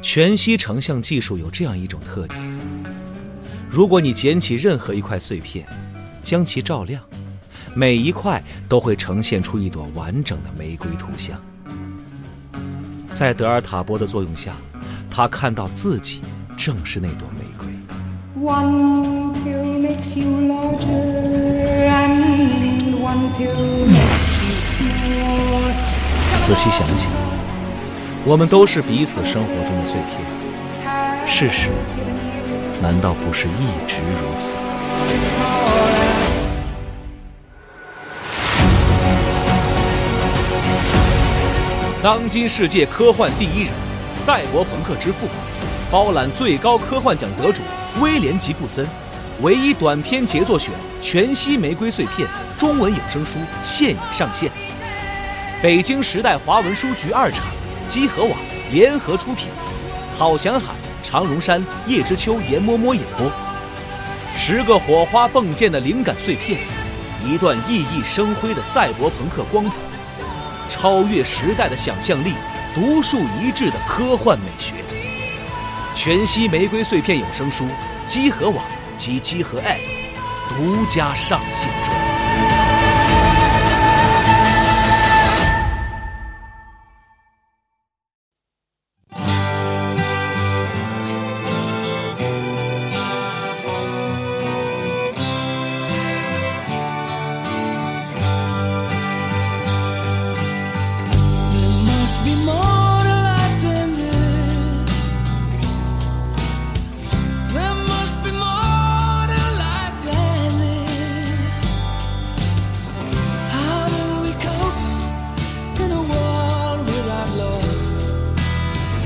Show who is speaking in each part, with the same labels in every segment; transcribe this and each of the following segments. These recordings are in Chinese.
Speaker 1: 全息成像技术有这样一种特点：如果你捡起任何一块碎片，将其照亮，每一块都会呈现出一朵完整的玫瑰图像。在德尔塔波的作用下，他看到自己正是那朵玫瑰。
Speaker 2: One pill makes you larger, and one pill makes you smaller.
Speaker 1: 仔细想想，我们都是彼此生活中的碎片，事实难道不是一直如此？当今世界科幻第一人，赛博朋克之父，包揽最高科幻奖得主威廉吉布森，唯一短篇杰作选《全息玫瑰碎片》中文有声书现已上线。北京时代华文书局二厂、积禾网联合出品，郝祥海、常荣山、叶知秋、严嬷嬷演播。十个火花迸溅的灵感碎片，一段熠熠生辉的赛博朋克光谱，超越时代的想象力，独树一帜的科幻美学。全息玫瑰碎片有声书，积禾网及积禾 App 独家上线中。
Speaker 3: There must be more to life than this. There must be more to life than this. How do we cope in a world without love?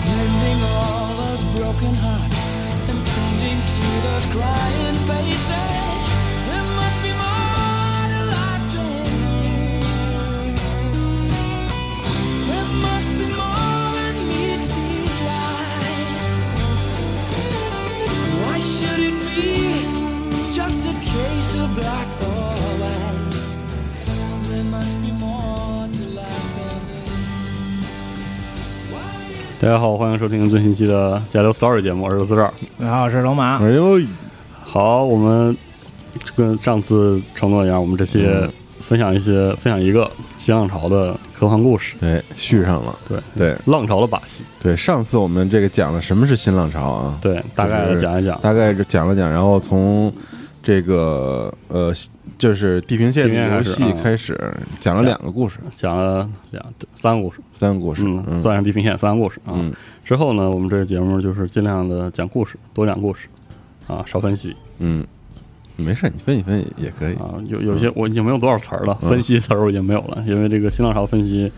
Speaker 3: Mending all those broken hearts and tending to those crying faces. There must be more to life than this. There must be more than meets the eye. Why should it be just a case of black or white? There must be more to life than this. Why is
Speaker 4: 大家好，欢迎收听最新期的《加流 Story》节目，我是四十二。
Speaker 5: 大家好，我是龙
Speaker 4: 啊
Speaker 5: 马。
Speaker 6: 哎呦，
Speaker 4: 好，我们就跟上次承诺一样，我们这期分享一些、分享一个新浪潮的科幻故事，
Speaker 6: 哎，续上了。
Speaker 4: 对
Speaker 6: 对
Speaker 4: 浪潮的把戏，
Speaker 6: 对，上次我们这个讲了什么是新浪潮啊？
Speaker 4: 对，大概
Speaker 6: 就是
Speaker 4: 讲一讲。
Speaker 6: 大概就讲了讲，然后从这个呃，就是地平线
Speaker 4: 地平线
Speaker 6: 的游戏
Speaker 4: 开啊
Speaker 6: 开始，讲了两个故事，
Speaker 4: 讲了两三个故事，
Speaker 6: 三个故事，
Speaker 4: 嗯，
Speaker 6: 嗯，
Speaker 4: 算上地平线三个故事啊。
Speaker 6: 嗯
Speaker 4: 之后呢，我们这个节目就是尽量的讲故事，多讲故事，啊，少分析
Speaker 6: 嗯，没事，你分析分析也可以，
Speaker 4: 啊。有有些我已经没有多少词儿了，分析词儿我已经没有了，因为这个新浪潮分析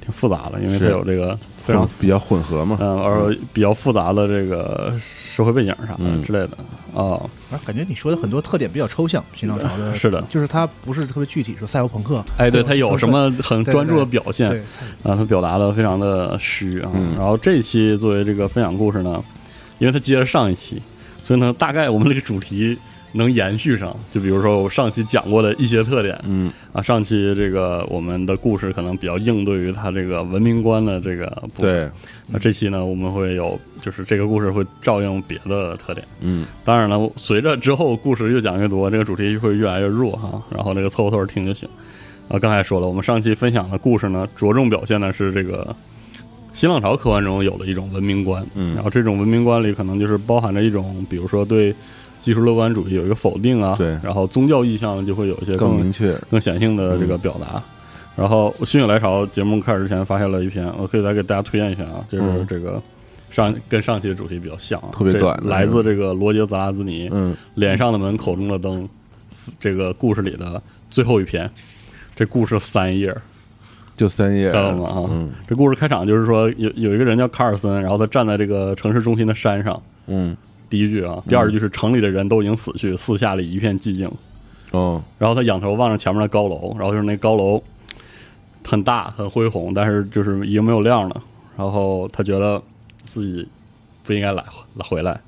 Speaker 4: 挺复杂的，因为它
Speaker 6: 是
Speaker 4: 有这个非常
Speaker 6: 混比较混合嘛，
Speaker 4: 嗯，而比较复杂的这个社会背景啥的
Speaker 6: 嗯
Speaker 4: 之类的啊，
Speaker 5: 啊，感觉你说的很多特点比较抽象，新浪潮的，
Speaker 4: 嗯是的
Speaker 5: 就是它不是特别具体，说赛博朋克。
Speaker 4: 哎，对，
Speaker 5: 或者
Speaker 4: 他有
Speaker 5: 说是
Speaker 4: 什么很
Speaker 5: 对
Speaker 4: 专注的
Speaker 5: 对
Speaker 4: 表现
Speaker 5: 对，
Speaker 4: 啊，他表达的非常的虚啊。然后这一期作为这个分享故事呢，因为它接着上一期，所以呢，大概我们这个主题能延续上。就比如说我上期讲过的一些特点，
Speaker 6: 嗯
Speaker 4: 啊，上期这个我们的故事可能比较应对于它这个文明观的这个部分。
Speaker 6: 对，
Speaker 4: 那这期呢，我们会有就是这个故事会照应别的特点。
Speaker 6: 嗯，
Speaker 4: 当然了，随着之后故事越讲越多，这个主题会越来越弱哈，然后这个凑合凑合听就行。啊，刚才说了，我们上期分享的故事呢，着重表现的是这个新浪潮科幻中有的一种文明观，
Speaker 6: 嗯
Speaker 4: 然后这种文明观里可能就是包含着一种，比如说对技术乐观主义有一个否定啊，
Speaker 6: 对
Speaker 4: 然后宗教意向就会有一些
Speaker 6: 更明确，
Speaker 4: 更显性的这
Speaker 6: 嗯
Speaker 4: 个表达。然后《心血来潮》节目开始之前发现了一篇，我可以来给大家推荐一下啊，就是
Speaker 6: 嗯
Speaker 4: 这个上跟上期的主题比较像啊，
Speaker 6: 特别
Speaker 4: 这
Speaker 6: 短的
Speaker 4: 来自这个罗杰·泽拉兹尼《
Speaker 6: 嗯
Speaker 4: 脸上的门，口中的灯》这个故事里的最后一篇。这故事三页，
Speaker 6: 就三页，
Speaker 4: 知道吗？啊，
Speaker 6: 嗯
Speaker 4: 这故事开场就是说有有一个人叫卡尔森，然后他站在这个城市中心的山上。
Speaker 6: 嗯，
Speaker 4: 第一句啊，第二句是城里的人都已经死去，四下里一片寂静。
Speaker 6: 哦，
Speaker 4: 然后他仰头望着前面的高楼，然后就是那高楼很大很恢宏，但是就是已经没有亮了。然后他觉得自己不应该来来回来，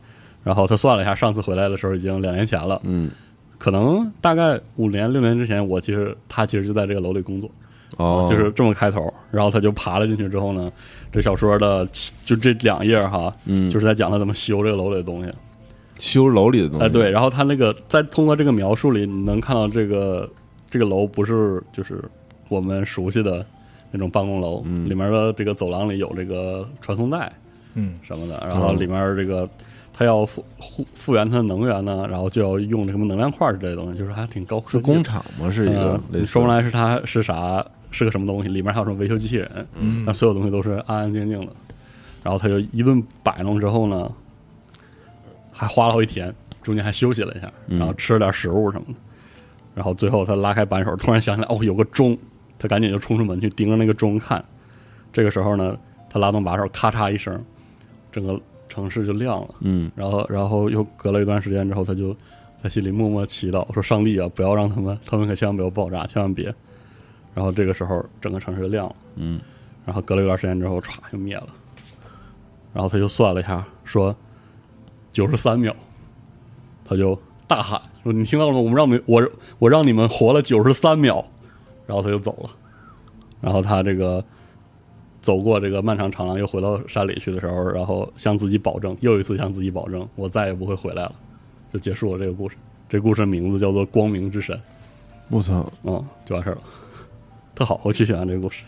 Speaker 4: 然后他算了一下，上次回来的时候已经两年前了，
Speaker 6: 嗯
Speaker 4: 可能大概五年六年之前，我其实他其实就在这个楼里工作，
Speaker 6: 哦，
Speaker 4: 就是这么开头。然后他就爬了进去之后呢，这小说的其就这两页哈，
Speaker 6: 嗯
Speaker 4: 就是在讲他怎么修这个楼里的东西。
Speaker 6: 修楼里的东西。
Speaker 4: 哎，对，，然后他那个在通过这个描述里，你能看到这个这个楼不是就是我们熟悉的那种办公楼，
Speaker 6: 嗯
Speaker 4: 里面的这个走廊里有这个传送带
Speaker 5: 嗯，
Speaker 4: 什么的，然
Speaker 6: 哦
Speaker 4: 后里面这个他要复复复原它的能源呢，然后就要用这什么能量块之类的东西，就是还挺高科技
Speaker 6: 是
Speaker 4: 的
Speaker 6: 工厂吗？是一个
Speaker 4: 呃
Speaker 6: 类似
Speaker 4: 你说不上来是它是啥，是个什么东西，里面还有什么维修机器人，嗯，但所有东西都是安安静静的。然后他就一顿摆弄之后呢，还花了好几天，中间还休息了一下，
Speaker 6: 嗯
Speaker 4: 然后吃了点食物什么的。然后最后他拉开扳手，突然想起来哦，有个钟，他赶紧就冲出门去盯着那个钟看。这个时候呢，他拉动把手，咔嚓一声，整个城市就亮了。
Speaker 6: 嗯，
Speaker 4: 然后然后又隔了一段时间之后，他就在心里默默祈祷说：“上帝啊，不要让他们，他们可千万不要爆炸，千万别。”然后这个时候整个城市就亮了，嗯，然后隔了一段时间之后，歘就灭了。然后他就算了一下，说九十三秒，他就大喊说：“你听到了吗？我们让你我我让你们活了九十三秒。”然后他就走了。然后他这个走过这个漫长长廊，又回到山里去的时候，然后向自己保证，又一次向自己保证，我再也不会回来了，就结束了这个故事。这故事名字叫做《光明之神》，
Speaker 6: 我操，
Speaker 4: 嗯，就完事儿了。特好，我巨喜欢这个故事。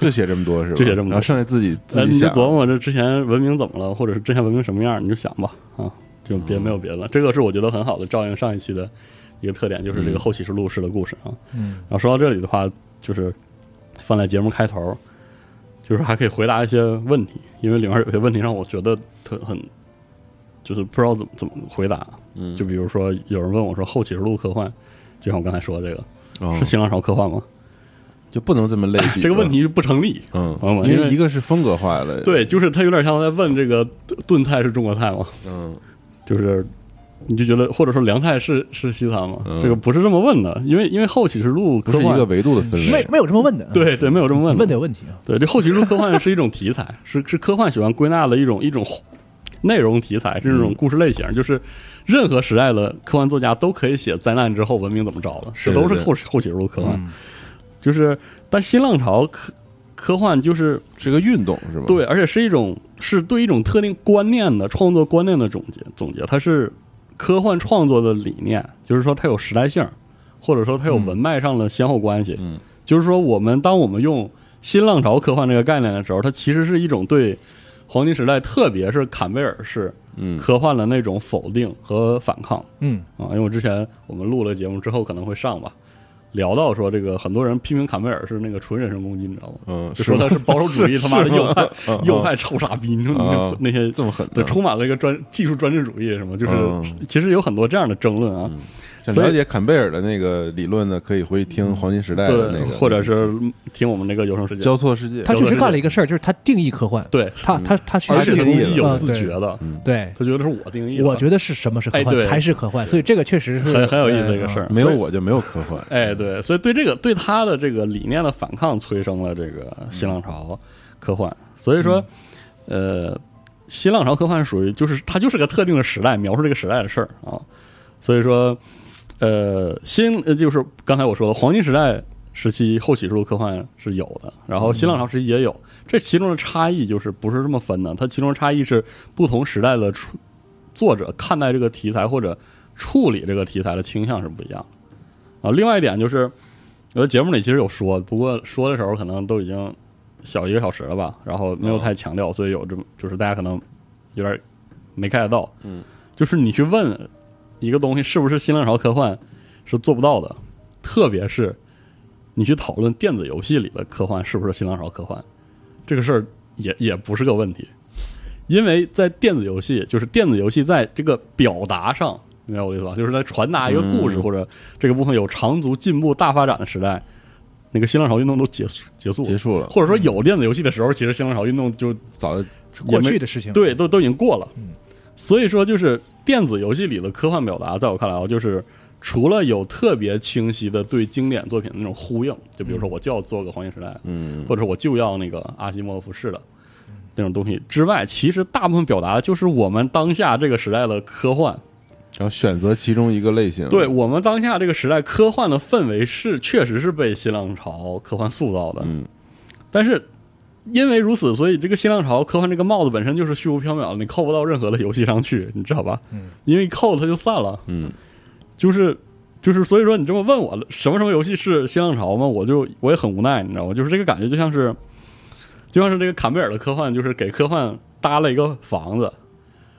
Speaker 6: 就写这么多是吧？
Speaker 4: 就写这么多
Speaker 6: 然后剩下自己
Speaker 4: 呃
Speaker 6: 自己
Speaker 4: 你就
Speaker 6: 想。
Speaker 4: 琢磨这之前文明怎么了，或者是之前文明什么样，你就想吧，啊，就
Speaker 6: 嗯
Speaker 4: 别没有别的了。这个是我觉得很好的照应上一期的一个特点，就是这
Speaker 6: 嗯
Speaker 4: 个后启示录式的故事啊。
Speaker 5: 嗯，
Speaker 4: 然后说到这里的话，就是放在节目开头，就是还可以回答一些问题，因为里面有些问题让我觉得特很，就是不知道怎么怎么回答。
Speaker 6: 嗯
Speaker 4: 就比如说有人问我说后启示录科幻，就像我刚才说的这个、
Speaker 6: 哦
Speaker 4: 是新浪潮科幻吗？
Speaker 6: 就不能这么类比
Speaker 4: 这个问，题就不成立。
Speaker 6: 嗯
Speaker 4: 朋友，们
Speaker 6: 因
Speaker 4: 因为
Speaker 6: 为一个是风格化的，，
Speaker 4: 对，就是他有点像在问这个炖菜是中国菜吗？
Speaker 6: 嗯，
Speaker 4: 就是你就觉得，或者说凉菜是是西餐吗？
Speaker 6: 嗯
Speaker 4: 这个不是这么问的，因为因为后启示录科
Speaker 6: 不是一
Speaker 4: 幻
Speaker 6: 个维度的分
Speaker 5: 没
Speaker 6: 类。
Speaker 5: 没有这么问的，，啊
Speaker 4: 对对没有这么问的
Speaker 5: 问的有问题啊，
Speaker 4: 对，这后启示录科幻是一种题材， 是是科幻喜欢归纳的一种一种内容题材，是一种故事类型，
Speaker 6: 嗯
Speaker 4: 就是任何时代的科幻作家都可以写灾难之后文明怎么着了，
Speaker 6: 是嗯
Speaker 4: 这都是
Speaker 6: 对
Speaker 4: 后后启示录科幻。就是，但新浪潮科科幻就是
Speaker 6: 是个运动是吧？
Speaker 4: 对，，而且是一种是对一种特定观念的创作观念的总结总结，它是科幻创作的理念，就是说它有时代性，或者说它有文脉上的先后关系。
Speaker 6: 嗯，
Speaker 4: 就是说我们当我们用新浪潮科幻这个概念的时候，它其实是一种对黄金时代，特别是坎贝尔式
Speaker 6: 嗯，
Speaker 4: 科幻的那种否定和反抗。
Speaker 5: 嗯，
Speaker 4: 啊，因为我之前我们录了节目之后可能会上吧，聊到说这个很多人批评坎贝尔是那个纯人身攻击，你知道吗？
Speaker 6: 嗯
Speaker 4: 就说他是保守主 义，他妈的右派右派臭傻逼，你说你那
Speaker 6: 啊
Speaker 4: 那些
Speaker 6: 嗯这么狠呢
Speaker 4: 对，充满了一个专技术专制主义什么，就是
Speaker 6: 嗯
Speaker 4: 其实有很多这样的争论啊，
Speaker 6: 想
Speaker 4: 所以嗯
Speaker 6: 了解坎贝尔的那个理论呢，可以回去听黄金时代的那
Speaker 4: 对，
Speaker 6: 个，
Speaker 4: 或者是听我们那个有声世界，
Speaker 6: 交错世界。
Speaker 5: 他确实干了一个事儿，就是他定义科幻，
Speaker 4: 对，
Speaker 5: 他他他确
Speaker 4: 而
Speaker 5: 实
Speaker 4: 且
Speaker 6: 定
Speaker 4: 他自己
Speaker 6: 义啊嗯
Speaker 4: 有
Speaker 5: 了
Speaker 4: 自觉的，
Speaker 5: 对，
Speaker 4: 他觉得是我定义的，
Speaker 5: 我觉得是什么是科
Speaker 4: 哎
Speaker 5: 幻
Speaker 4: 对
Speaker 5: 才是科幻，所以这个确实是嗯
Speaker 4: 很很有意思这个事
Speaker 5: 儿。
Speaker 4: 儿，啊
Speaker 6: 没有我就没有科幻，
Speaker 4: 哎，对，所以对这个对他的这个理念的反抗，催生了这个新浪潮科幻。所以说，呃，新浪潮科幻属于就是它就是个特定的时代，描述这个时代的事儿啊。所以说，呃，新呃就是刚才我说的黄金时代时期后起之录科幻是有的，然后新浪潮时期也有。这其中的差异就是不是这么分的，它其中的差异是不同时代的处作者看待这个题材或者处理这个题材的倾向是不一样的啊。另外一点就是，我的节目里其实有说，不过说的时候可能都已经小一个小时了吧，然后
Speaker 6: 嗯
Speaker 4: 没有太强调，所以有这么就是大家可能有点没 get 到。
Speaker 6: 嗯，
Speaker 4: 就是你去问一个东西是不是新浪潮科幻是做不到的，特别是你去讨论电子游戏里的科幻是不是新浪潮科幻，这个事儿也也不是个问题，因为在电子游戏，就是电子游戏在这个表达上，明白我的意思吧？就是在传达一个故事、
Speaker 6: 嗯
Speaker 4: 或者这个部分有长足进步大发展的时代，那个新浪潮运动都结束结束
Speaker 6: 结束了
Speaker 4: 或者说有电子游戏的时候，其实新浪潮运动就
Speaker 6: 早就。
Speaker 5: 过去的事情，嗯
Speaker 4: 对，都都已经过了。所以说，就是电子游戏里的科幻表达，在我看来啊，就是除了有特别清晰的对经典作品的那种呼应，就比如
Speaker 5: 嗯
Speaker 4: 说我就要做个黄金时代，
Speaker 6: 嗯，
Speaker 4: 或者我就要那个阿西莫夫式的
Speaker 5: 嗯
Speaker 4: 那种东西之外，其实大部分表达就是我们当下这个时代的科幻，
Speaker 6: 然后选择其中一个类型。
Speaker 4: 对我们当下这个时代，科幻的氛围是确实是被新浪潮科幻塑造的。
Speaker 6: 嗯，
Speaker 4: 但是因为如此，所以这个新浪潮科幻这个帽子本身就是虚无缥缈的，你扣不到任何的游戏上去，你知道吧？
Speaker 5: 嗯，
Speaker 4: 因为一扣它就散了。
Speaker 6: 嗯，
Speaker 4: 就是就是，所以说你这么问我什么什么游戏是新浪潮吗？我就我也很无奈，你知道吗？就是这个感觉就像是就像是这个坎贝尔的科幻，就是给科幻搭了一个房子，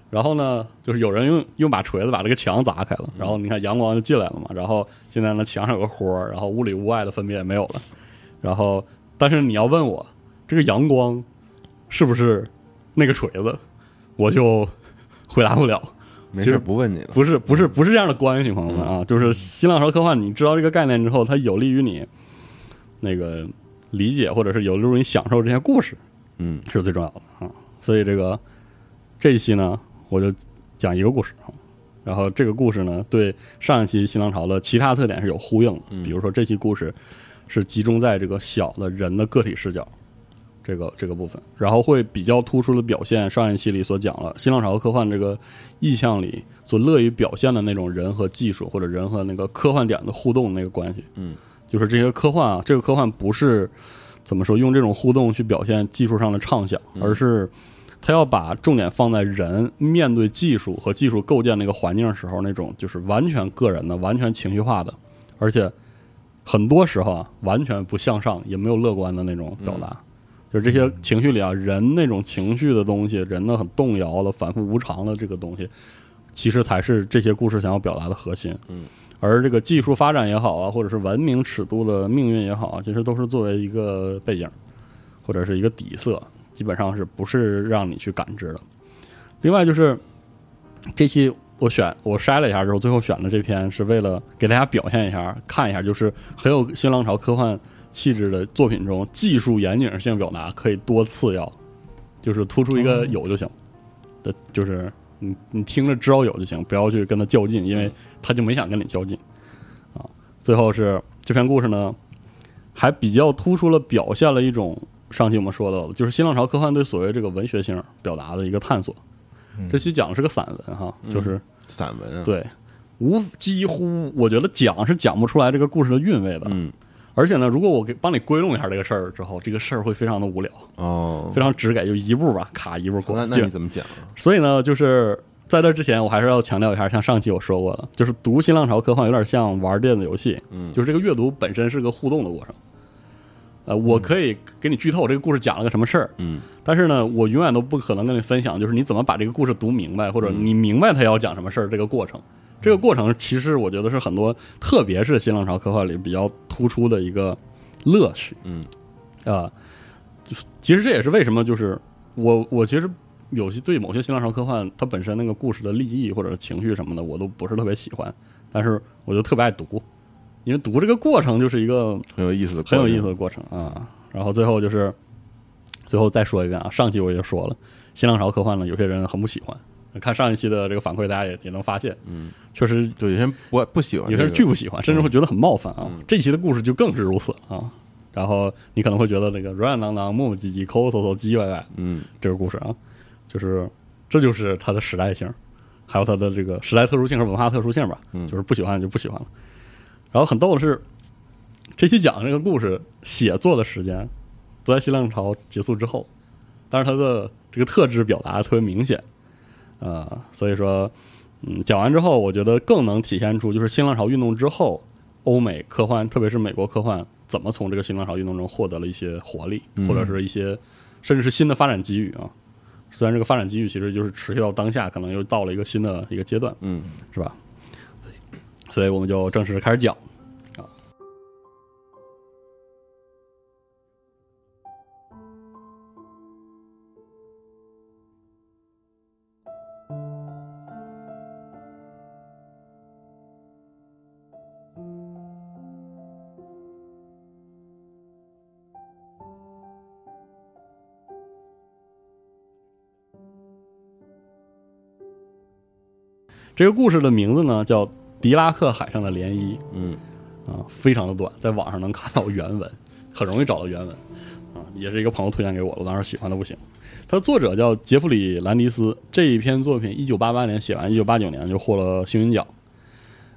Speaker 4: 然后呢，就是有人用用把锤子把这个墙砸开了，然后你看阳光就进来了嘛，然后现在呢墙上有个豁儿，然后屋里屋外的分别也没有了，然后但是你要问我这个阳光是不是那个锤子，我就回答不了。
Speaker 6: 没
Speaker 4: 其
Speaker 6: 事，
Speaker 4: 实
Speaker 6: 不问你了。
Speaker 4: 不是不是不是这样的关系，朋友们啊，就是新浪潮科幻，你知道这个概念之后，它有利于你那个理解，或者是有利于你享受这些故事，
Speaker 6: 嗯，
Speaker 4: 是最重要的啊。所以这个这一期呢，我就讲一个故事啊，然后这个故事呢，对上一期新浪潮的其他特点是有呼应的，
Speaker 6: 嗯
Speaker 4: 比如说这期故事是集中在这个小的人的个体视角。这个这个部分，然后会比较突出的表现上一期里所讲了新浪潮科幻这个意象里所乐于表现的那种人和技术或者人和那个科幻点的互动那个关系。
Speaker 6: 嗯，
Speaker 4: 就是这些科幻啊，这个科幻不是怎么说用这种互动去表现技术上的畅想，而是他要把重点放在人面对技术和技术构建那个环境时候那种就是完全个人的、完全情绪化的，而且很多时候啊完全不向上，也没有乐观的那种表达。就是这些情绪里啊，人那种情绪的东西，人的很动摇的、反复无常的这个东西，其实才是这些故事想要表达的核心。
Speaker 6: 嗯，
Speaker 4: 而这个技术发展也好啊，或者是文明尺度的命运也好啊，其实都是作为一个背景或者是一个底色，基本上是不是让你去感知的。另外就是这期我选我筛了一下之后，最后选的这篇是为了给大家表现一下、看一下，就是很有新浪潮科幻气质的作品中，技术严谨性表达可以多次要，就是突出一个有就行。的，就是你你听着知道有就行，不要去跟他较劲，因为他就没想跟你较劲啊。最后是这篇故事呢，还比较突出了表现了一种上期我们说到的，就是新浪潮科幻对所谓这个文学性表达的一个探索。这期讲的是个散文哈，
Speaker 6: 嗯
Speaker 4: 就是
Speaker 6: 散文啊，，
Speaker 4: 对，无几乎我觉得讲是讲不出来这个故事的韵味的。
Speaker 6: 嗯，
Speaker 4: 而且呢，如果我给帮你归拢一下这个事儿之后，这个事儿会非常的无聊，
Speaker 6: 哦，
Speaker 4: 非常直给，就一步吧，卡一步过
Speaker 6: 那。那
Speaker 4: 就
Speaker 6: 你怎么讲啊？
Speaker 4: 所以呢，就是在这之前，我还是要强调一下，像上期我说过的，就是读新浪潮科幻有点像玩电子游戏，
Speaker 6: 嗯
Speaker 4: 就是这个阅读本身是个互动的过程。呃，我可以给你剧透这个故事讲了个什么事儿，
Speaker 6: 嗯，
Speaker 4: 但是呢，我永远都不可能跟你分享，就是你怎么把这个故事读明白，或者
Speaker 6: 嗯
Speaker 4: 你明白他要讲什么事儿这个过程。这个过程其实我觉得是很多，特别是新浪潮科幻里比较突出的一个乐趣。
Speaker 6: 嗯，
Speaker 4: 啊、就是其实这也是为什么，就是我我其实有些对某些新浪潮科幻它本身那个故事的立意或者情绪什么的，我都不是特别喜欢，但是我就特别爱读，因为读这个过程就是一个
Speaker 6: 很有意思的，
Speaker 4: 很有意思。的过程啊。然后最后就是，最后再说一遍啊，上期我也说了，新浪潮科幻呢，有些人很不喜欢。看上一期的这个反馈，大家也也能发现，嗯，确实
Speaker 6: 就有些人不不喜欢
Speaker 4: 有
Speaker 6: 这
Speaker 4: 些
Speaker 6: 个，嗯
Speaker 4: 人巨不喜欢，甚至会觉得很冒犯啊。这一期的故事就更是如此啊。然后你可能会觉得那个软软囊囊、磨磨唧唧、抠抠搜搜、唧唧歪歪，
Speaker 6: 嗯
Speaker 4: 这个故事啊，就是这就是它的时代性，还有它的这个时代特殊性和文化特殊性吧，
Speaker 6: 嗯
Speaker 4: 就是不喜欢就不喜欢了。然后很逗的是，这期讲的这个故事写作的时间不在新浪潮结束之后，但是它的这个特质表达得特别明显，呃，所以说，嗯，讲完之后，我觉得更能体现出就是新浪潮运动之后，欧美科幻，特别是美国科幻，怎么从这个新浪潮运动中获得了一些活力，或者是一些甚至是新的发展机遇啊。虽然这个发展机遇其实就是持续到当下，可能又到了一个新的一个阶段，
Speaker 6: 嗯，
Speaker 4: 是吧？所以我们就正式开始讲啊。这个故事的名字呢叫《狄拉克海上的涟漪》。
Speaker 6: 嗯
Speaker 4: 啊，非常的短，在网上能看到原文，很容易找到原文啊，也是一个朋友推荐给我的，我当时喜欢的不行。它的作者叫杰弗里·兰迪斯，这一篇作品一九八八年写完，一九八九年就获了星云奖。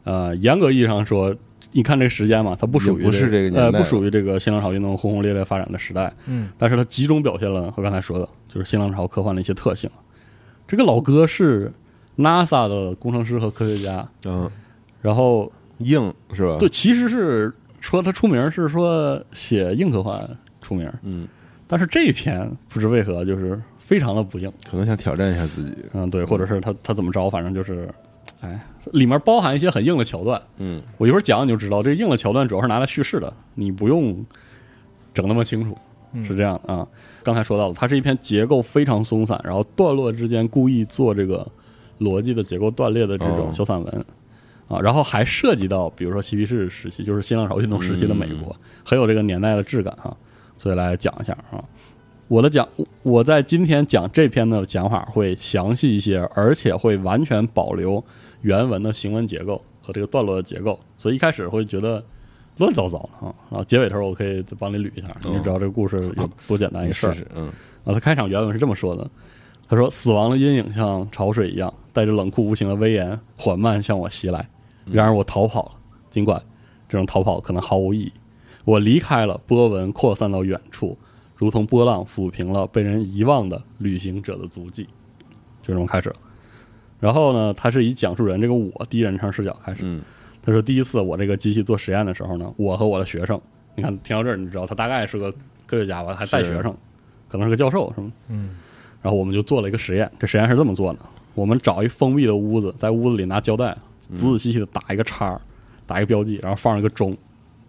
Speaker 4: 呃，严格意义上说，你看这时间嘛，它不属于
Speaker 6: 也不是这个年代
Speaker 4: 呃，
Speaker 6: 了
Speaker 4: 不属于这个新浪潮运动轰轰烈烈发展的时代。
Speaker 5: 嗯，
Speaker 4: 但是它集中表现了我刚才说的，就是新浪潮科幻的一些特性。这个老哥是 NASA 的工程师和科学家，
Speaker 6: 嗯，
Speaker 4: 然后
Speaker 6: 硬是吧？
Speaker 4: 对，，其实是说他出名是说写硬科幻出名，
Speaker 6: 嗯，
Speaker 4: 但是这一篇不知为何就是非常的不硬，
Speaker 6: 可能想挑战一下自己，
Speaker 4: 嗯，对，或者是他他怎么着，反正就是，哎，里面包含一些很硬的桥段，
Speaker 6: 嗯，
Speaker 4: 我一会儿讲你就知道，这硬的桥段主要是拿来叙事的，你不用整那么清楚，
Speaker 6: 嗯
Speaker 4: 是这样的啊。刚才说到了，它是一篇结构非常松散，然后段落之间故意做这个逻辑的结构断裂的这种
Speaker 6: 哦
Speaker 4: 小散文、啊，然后还涉及到比如说嬉皮士时期，就是新浪潮运动时
Speaker 6: 嗯
Speaker 4: 期的美国，很有这个年代的质感啊，所以来讲一下啊。我的讲，我我在今天讲这篇的讲法会详细一些，而且会完全保留原文的行文结构和这个段落的结构，所以一开始会觉得乱糟糟的啊，然后结尾的时候我可以再帮你捋一下，你就知道这个故事有多简单一
Speaker 6: 你
Speaker 4: 个事
Speaker 6: 试
Speaker 4: 儿。
Speaker 6: 试，嗯，
Speaker 4: 啊，他开场原文是这么说的：“他说，死亡的阴影像潮水一样，带着冷酷无情的威严，缓慢向我袭来。然而我逃跑了，尽管这种逃跑可能毫无意义。我离开了，波纹扩散到远处，如同波浪抚平了被人遗忘的旅行者的足迹。”就这么开始了。然后呢，他是以讲述人这个我第一人称视角开始。
Speaker 6: 嗯
Speaker 4: 他说，第一次我这个机器做实验的时候呢，我和我的学生，你看听到这儿，你知道他大概是个科学家吧，还带
Speaker 6: 是
Speaker 4: 学生，可能是个教授什么。嗯。然后我们就做了一个实验，这实验是这么做的：我们找一封闭的屋子，在屋子里拿胶带，
Speaker 6: 嗯
Speaker 4: 仔仔细细的打一个叉儿，打一个标记，然后放一个钟，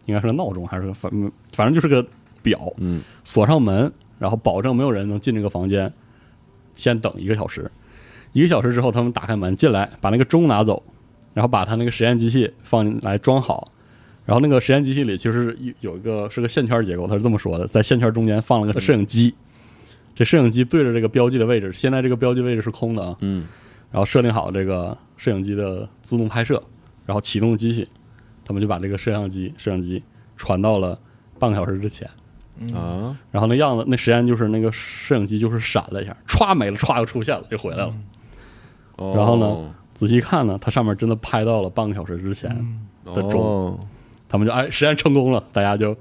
Speaker 4: 应该是个闹钟还是个反嗯反正就是个表，
Speaker 6: 嗯，
Speaker 4: 锁上门，然后保证没有人能进这个房间，先等一个小时。一个小时之后，他们打开门进来，把那个钟拿走，然后把他那个实验机器放进来装好。然后那个实验机器里其实有有一个是个线圈结构，他是这么说的，在线圈中间放
Speaker 6: 嗯
Speaker 4: 了个摄影机，这摄影机对着这个标记的位置，现在这个标记位置是空的啊，
Speaker 6: 嗯，
Speaker 4: 然后设定好这个摄影机的自动拍摄，然后启动机器，他们就把这个摄像机摄像机传到了半个小时之前，
Speaker 6: 啊，
Speaker 4: 然后那样子，那实验就是那个摄影机就是闪了一下，歘没了，歘又出现了，又回来了。
Speaker 6: 哦
Speaker 4: 然后呢，仔细看呢，它上面真的拍到了半个小时之前，的钟
Speaker 6: 哦
Speaker 4: 他们就哎，实验成功了，大家就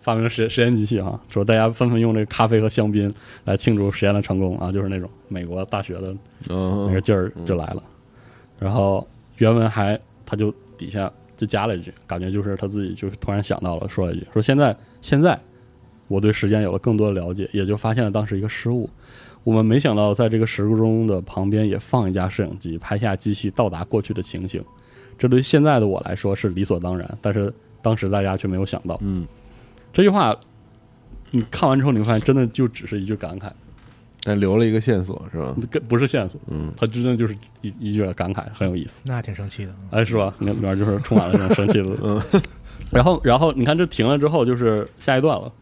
Speaker 4: 发明了实验实验机器啊，说大家纷纷用这个咖啡和香槟来庆祝实验的成功啊，就是那种美国大学的那个
Speaker 6: 嗯，
Speaker 4: 劲儿就来了。然后原文还他就底下就加了一句，感觉就是他自己就是突然想到了，说了一句，说现在现在我对时间有了更多的了解，也就发现了当时一个失误。我们没想到在这个时钟的旁边也放一架摄影机，拍下机器到达过去的情形。这对于现在的我来说是理所当然，但是当时大家却没有想到。
Speaker 6: 嗯，
Speaker 4: 这句话你看完之后，你会发现真的就只是一句感慨。
Speaker 6: 但留了一个线索是吧？
Speaker 4: 跟不是线索，
Speaker 6: 嗯，
Speaker 4: 他真的就是一一句感慨，很有意思，
Speaker 5: 那挺生气的。啊
Speaker 4: 哎，是吧？那里面就是充满了这种生气的，嗯。 然后，然后你看这停了之后，就是下一段了。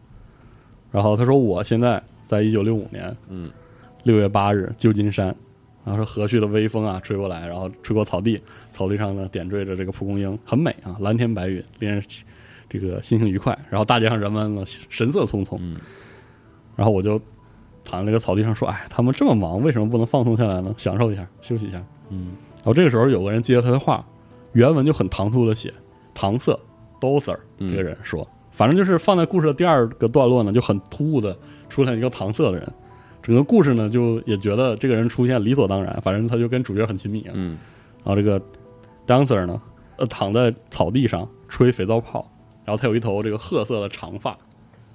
Speaker 4: 然后他说：“我现在在一九六五年，
Speaker 6: 嗯，
Speaker 4: 六月八日，旧金山。”然后说和煦的微风啊吹过来，然后吹过草地，草地上呢点缀着这个蒲公英，很美啊，蓝天白云，令人这个心情愉快。然后大街上人们呢神色匆匆，
Speaker 6: 嗯
Speaker 4: 然后我就躺在这个草地上说：“哎，他们这么忙，为什么不能放松下来呢？享受一下，休息一下。”
Speaker 6: 嗯，
Speaker 4: 然后这个时候有个人接了他的话，原文就很唐突的写搪塞 d o s e r
Speaker 6: 嗯
Speaker 4: 这个人说，反正就是放在故事的第二个段落呢，就很突兀的出现一个搪塞的人。整个故事呢，就也觉得这个人出现理所当然，反正他就跟主角很亲密啊。
Speaker 6: 嗯
Speaker 4: 然后这个 dancer 呢，呃，躺在草地上吹肥皂泡，然后他有一头这个褐色的长发，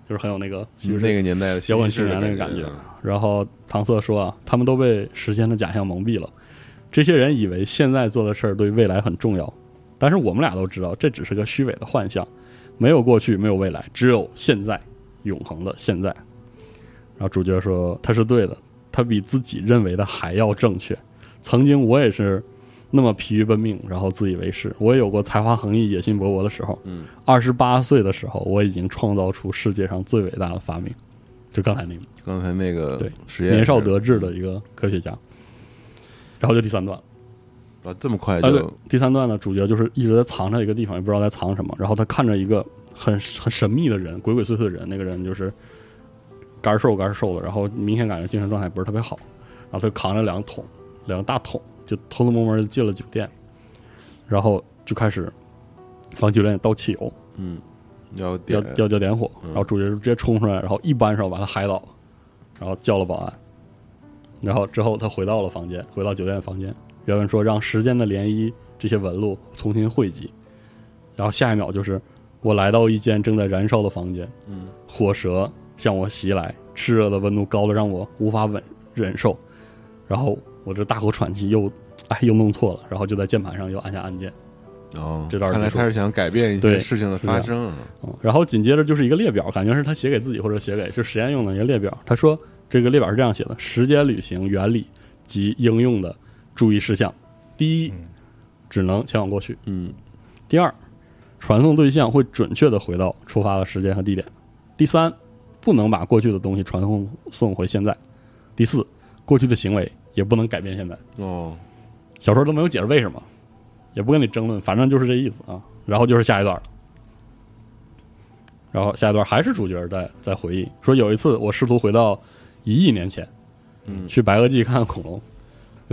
Speaker 4: 就是很有那个西式
Speaker 6: 那个年代的
Speaker 4: 摇滚青
Speaker 6: 新式
Speaker 4: 年
Speaker 6: 的
Speaker 4: 那个感觉
Speaker 6: 嗯。
Speaker 4: 然后搪塞说啊，他们都被时间的假象蒙蔽了。这些人以为现在做的事儿对未来很重要，但是我们俩都知道，这只是个虚伪的幻象，没有过去，没有未来，只有现在，永恒的现在。然后主角说他是对的，他比自己认为的还要正确。曾经我也是那么疲于奔命，然后自以为是，我也有过才华横溢、野心勃勃的时候。
Speaker 6: 嗯，
Speaker 4: 二十八岁的时候，我已经创造出世界上最伟大的发明，就刚才那个。
Speaker 6: 刚才那个
Speaker 4: 对
Speaker 6: 实验
Speaker 4: 年少
Speaker 6: 是
Speaker 4: 得志的一个科学家。然后就第三段了，
Speaker 6: 啊，这么快
Speaker 4: 哎，对
Speaker 6: 就，
Speaker 4: 第三段呢，主角就是一直在藏着一个地方，也不知道在藏什么。然后他看着一个很很神秘的人，鬼鬼祟祟的人，那个人就是嘎儿瘦嘎儿瘦的，然后明显感觉精神状态不是特别好，然后他就扛着两个桶，两个大桶，就偷偷摸摸地进了酒店，然后就开始往酒店倒汽油，
Speaker 6: 嗯，要
Speaker 4: 要
Speaker 6: 点嗯
Speaker 4: 要叫点火，然后主角就直接冲出来，然后一扳手把他嗨倒，然后叫了保安，然后之后他回到了房间，回到酒店房间，原文说让时间的涟漪这些纹路重新汇集，然后下一秒就是我来到一间正在燃烧的房间，
Speaker 6: 嗯，
Speaker 4: 火舌向我袭来，炽热的温度高的让我无法忍忍受，然后我这大口喘气又哎又弄错了，然后就在键盘上又按下按键，
Speaker 6: 哦，
Speaker 4: 这段儿
Speaker 6: 看来
Speaker 4: 结束
Speaker 6: 他是想改变一些
Speaker 4: 对
Speaker 6: 事情的发生，啊
Speaker 4: 嗯，然后紧接着就是一个列表，感觉是他写给自己或者写给是实验用的一个列表。他说这个列表是这样写的：时间旅行原理及应用的注意事项。第一，只能前往过去；
Speaker 6: 嗯
Speaker 4: 第二，传送对象会准确的回到出发的时间和地点；第三，不能把过去的东西传送送回现在；第四，过去的行为也不能改变现在。
Speaker 6: 哦，
Speaker 4: 小说都没有解释为什么，也不跟你争论，反正就是这意思啊。然后就是下一段了，然后下一段还是主角在在回忆，说有一次我试图回到一亿年前，
Speaker 6: 嗯
Speaker 4: 去白垩纪看看恐龙，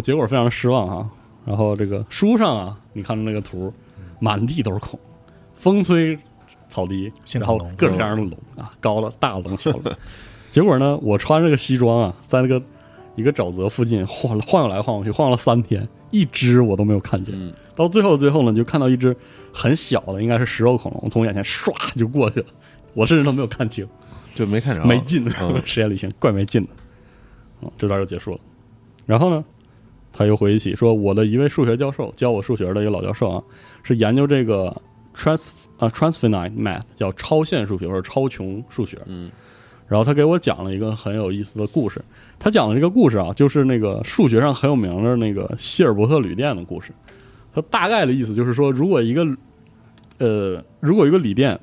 Speaker 4: 结果非常失望啊。然后这个书上啊，你看那个图，满地都是恐龙，风吹草低，
Speaker 5: 性
Speaker 4: 然
Speaker 5: 恐
Speaker 4: 后
Speaker 5: 龙
Speaker 4: 各种各样的龙啊，高了大龙小龙。结果呢，我穿着个西装啊，在那个一个沼泽附近晃晃悠来晃去，晃了三天，一只我都没有看见。
Speaker 6: 嗯
Speaker 4: 到最后最后呢，就看到一只很小的，应该是食肉恐龙，从我眼前唰就过去了，我甚至都没有看清，
Speaker 6: 就没看着，
Speaker 4: 没劲的、
Speaker 6: 嗯
Speaker 4: 实验旅行，怪没劲的。嗯，这段就结束了。然后呢，他又回忆起说，我的一位数学教授教我数学的一个老教授啊，是研究这个 trans 啊 transfinite math 叫超限数学或者超穷数学。
Speaker 6: 嗯，
Speaker 4: 然后他给我讲了一个很有意思的故事。他讲的这个故事啊，就是那个数学上很有名的那个希尔伯特旅店的故事。他大概的意思就是说，如果一个呃，如果一个旅店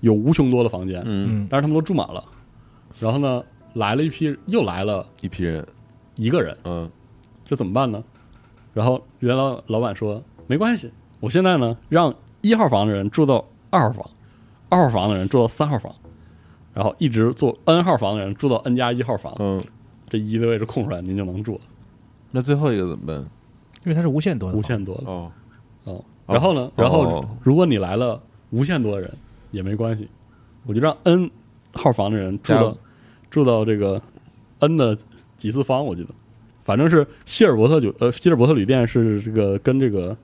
Speaker 4: 有无穷多的房间，
Speaker 6: 嗯，
Speaker 5: 嗯，
Speaker 4: 但是他们都住满了，然后呢，来了一批，又来了
Speaker 6: 一批人，
Speaker 4: 一个人，
Speaker 6: 嗯
Speaker 4: 这怎么办呢？然后原老老板说没关系，我现在呢让一号房的人住到二号房，二号房的人住到三号房，然后一直做 n 号房的人住到 n 加一号房，
Speaker 6: 嗯，
Speaker 4: 这一的位置空出来您就能住了，
Speaker 6: 那最后一个怎么办？
Speaker 5: 因为它是无限多的，
Speaker 4: 无限多了。
Speaker 6: 哦，
Speaker 4: 嗯，然后呢，然后
Speaker 6: 哦
Speaker 4: 如果你来了无限多的人也没关系，我就让 n 号房的人住
Speaker 6: 加
Speaker 4: 到住到这个 n 的几次方，我记得，反正是希尔伯特酒呃希尔伯特旅店是这个跟这个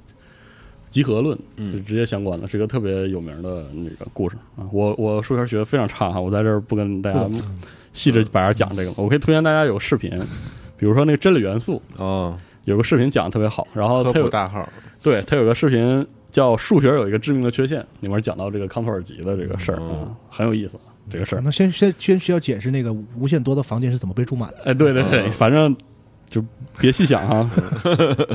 Speaker 4: 集合论
Speaker 6: 嗯
Speaker 4: 是直接相关的，是一个特别有名的那个故事啊。我我数学学得非常差哈，我在这儿不跟大家细致把它讲这个了，我可以推荐大家有视频，比如说那个真理元素
Speaker 6: 哦，
Speaker 4: 有个视频讲的特别好，然后
Speaker 6: 科
Speaker 4: 它哦有
Speaker 6: 普大号，
Speaker 4: 对，他有个视频叫《数学有一个致命的缺陷》，里面讲到这个康托尔级的这个事儿、
Speaker 6: 嗯
Speaker 4: 啊，很有意思啊这个事
Speaker 5: 可
Speaker 4: 儿。
Speaker 5: 能先先先需要解释那个无限多的房间是怎么被住满的。
Speaker 4: 哎，对对对， 反正就别细想哈、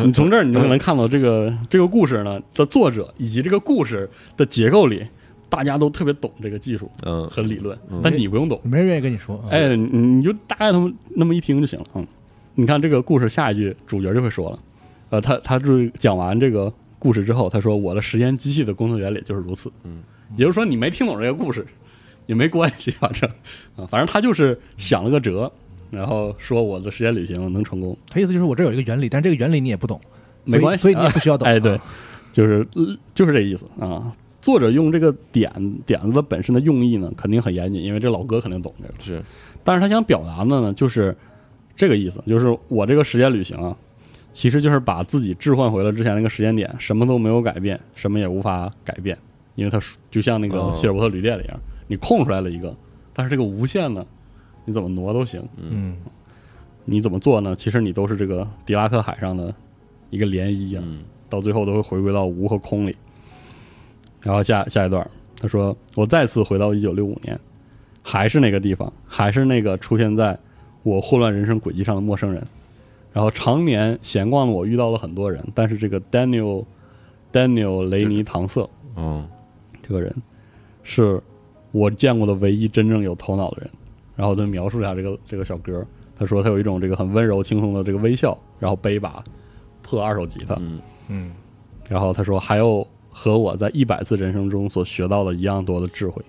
Speaker 4: 你从这儿你就能看到这个这个故事呢的作者以及这个故事的结构里，大家都特别懂这个技术
Speaker 6: 嗯
Speaker 4: 和理论，但你不用懂。
Speaker 5: 没人愿意跟你说，啊，
Speaker 4: 哎，你你就大概那么那么一听就行了。嗯，你看这个故事下一句，主角就会说了，呃，他他就是讲完这个故事之后，他说我的实验机器的工作原理就是如此。
Speaker 6: 嗯，
Speaker 4: 也就是说你没听懂这个故事也没关系，反正啊，反正他就是想了个辙，然后说我的实验旅行能成功，
Speaker 5: 他意思就是我这儿有一个原理，但这个原理你也不懂，
Speaker 4: 没关系，
Speaker 5: 所以所以你也不需要懂。啊
Speaker 4: 哎，对，就是呃就是这意思啊。作者用这个点点子的本身的用意呢，肯定很严谨，因为这老哥肯定懂这个。
Speaker 6: 是，
Speaker 4: 但是他想表达的呢，就是这个意思，就是我这个时间旅行啊，其实就是把自己置换回了之前那个时间点，什么都没有改变，什么也无法改变，因为它是就像那
Speaker 6: 哦
Speaker 4: 个希尔伯特旅店里一样，啊你空出来了一个，但是这个无限呢，你怎么挪都行，
Speaker 5: 嗯，
Speaker 4: 你怎么做呢？其实你都是这个狄拉克海上的一个涟漪啊，
Speaker 6: 嗯
Speaker 4: 到最后都会回归到无和空里。然后下下一段，他说：“我再次回到一九六五年，还是那个地方，还是那个出现在我混乱人生轨迹上的陌生人。然后常年闲逛的我遇到了很多人，但是这个 Daniel Daniel 雷尼唐瑟
Speaker 6: 哦，
Speaker 4: 这个人是我见过的唯一真正有头脑的人。然后我就描述一下这个这个小哥，他说他有一种这个很温柔轻松的这个微笑，然后背一把破二手吉他，
Speaker 6: 嗯
Speaker 5: 嗯，
Speaker 4: 然后他说还有和我在一百次人生中所学到的一样多的智慧。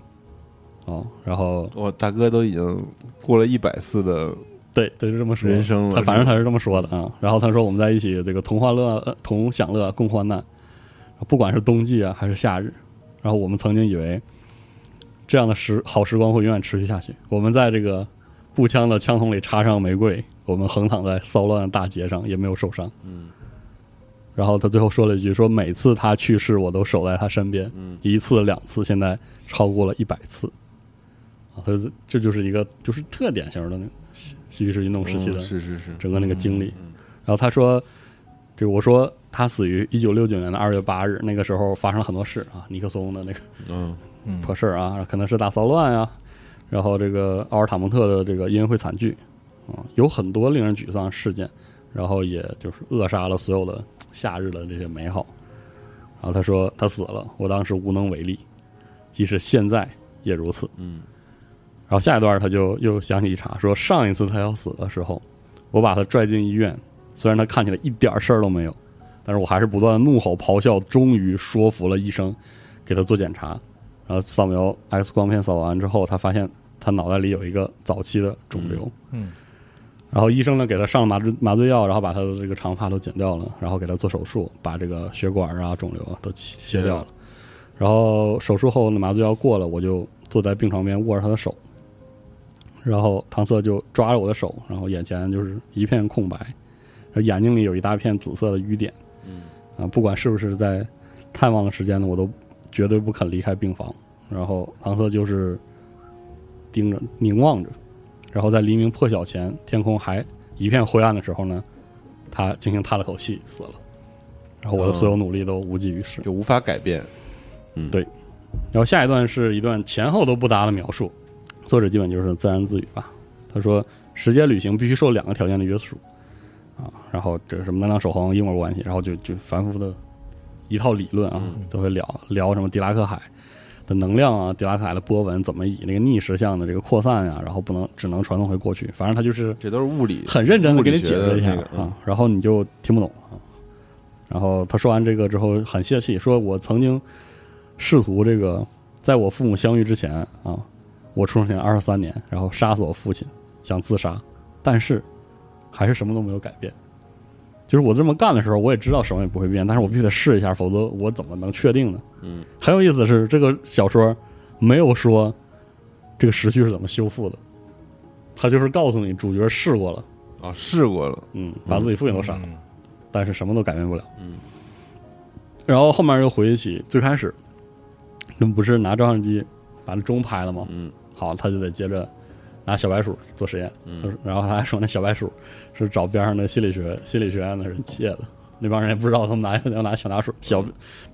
Speaker 4: 哦，然后
Speaker 6: 我大哥都已经过了一百次的，
Speaker 4: 对，他就这么说，
Speaker 6: 人生了
Speaker 4: 他反正他是这么说的啊。然后他说我们在一起，这个同欢乐、呃同享乐、共患难，不管是冬季啊还是夏日。然后我们曾经以为这样的时好时光会永远持续下去。我们在这个步枪的枪筒里插上玫瑰，我们横躺在骚乱的大街上，也没有受伤。嗯。然后他最后说了一句：“说每次他去世，我都守在他身边，一次两次，现在超过了一百次。”啊，他这就是一个就是特典型的那个嬉嬉皮士运动时期的
Speaker 6: 嗯是是是，
Speaker 4: 整个那个经历。然后他说，就我说他死于一九六九年的二月八日，那个时候发生了很多事啊，尼克松的那个
Speaker 6: 嗯
Speaker 4: 破事儿啊，可能是大骚乱啊，然后这个奥尔塔蒙特的这个音乐会惨剧啊、有很多令人沮丧的事件，然后也就是扼杀了所有的夏日的这些美好。然后他说他死了，我当时无能为力，即使现在也如此。嗯。然后下一段他就又想起一茬，说上一次他要死的时候，我把他拽进医院，虽然他看起来一点事儿都没有，但是我还是不断地怒吼咆哮，终于说服了医生给他做检查。然后扫描 X 光片扫完之后，他发现他脑袋里有一个早期的肿瘤。
Speaker 5: 嗯嗯
Speaker 4: 然后医生呢给他上了麻醉麻醉药，然后把他的这个长发都剪掉了，然后给他做手术，把这个血管啊、肿瘤啊都切切掉了。然后手术后呢，麻醉药过了，我就坐在病床边握着他的手，然后唐瑟就抓着我的手，然后眼前就是一片空白，然后眼睛里有一大片紫色的淤点。嗯，啊，不管是不是在探望的时间呢，我都绝对不肯离开病房。然后唐瑟就是盯着凝望着，然后在黎明破晓前，天空还一片灰暗的时候呢，他轻轻叹了口气，死了。然后我的所有努力都无济于事。
Speaker 6: 就无法改变，
Speaker 4: 然后下一段是一段前后都不搭的描述，作者基本就是自言自语吧。他说，时间旅行必须受两个条件的约束啊，然后这个什么能量守恒、因果关系，然后就就反复的一套理论啊，都会聊聊什么狄拉克海的能量啊，狄拉克海的波纹怎么以那个逆时向的这个扩散啊，然后不能只能传送回过去，反正他就是
Speaker 6: 这都是物理，
Speaker 4: 很认真的给你解
Speaker 6: 物
Speaker 4: 释
Speaker 6: 理
Speaker 4: 一
Speaker 6: 学
Speaker 4: 下
Speaker 6: 的那个嗯
Speaker 4: 啊，然后你就听不懂啊。然后他说完这个之后很泄气，说我曾经试图这个，在我父母相遇之前啊，我出生前二十三年，然后杀死我父亲，想自杀，但是还是什么都没有改变。就是我这么干的时候，我也知道什么也不会变，但是我必须得试一下，否则我怎么能确定呢？
Speaker 6: 嗯，
Speaker 4: 很有意思的是，这个小说没有说这个时序是怎么修复的，他就是告诉你主角试过了。
Speaker 6: 啊，试过了，
Speaker 4: 嗯，把自己父亲都杀了，但是什么都改变不了。嗯，然后后面又回忆起最开始，那不是拿照相机把那钟拍了吗？
Speaker 6: 嗯，
Speaker 4: 好，他就得接着拿小白鼠做实验。嗯，然后他还说那小白鼠是找边上的心理学心理学院的人借的，那帮人也不知道他们拿要拿小拿鼠小、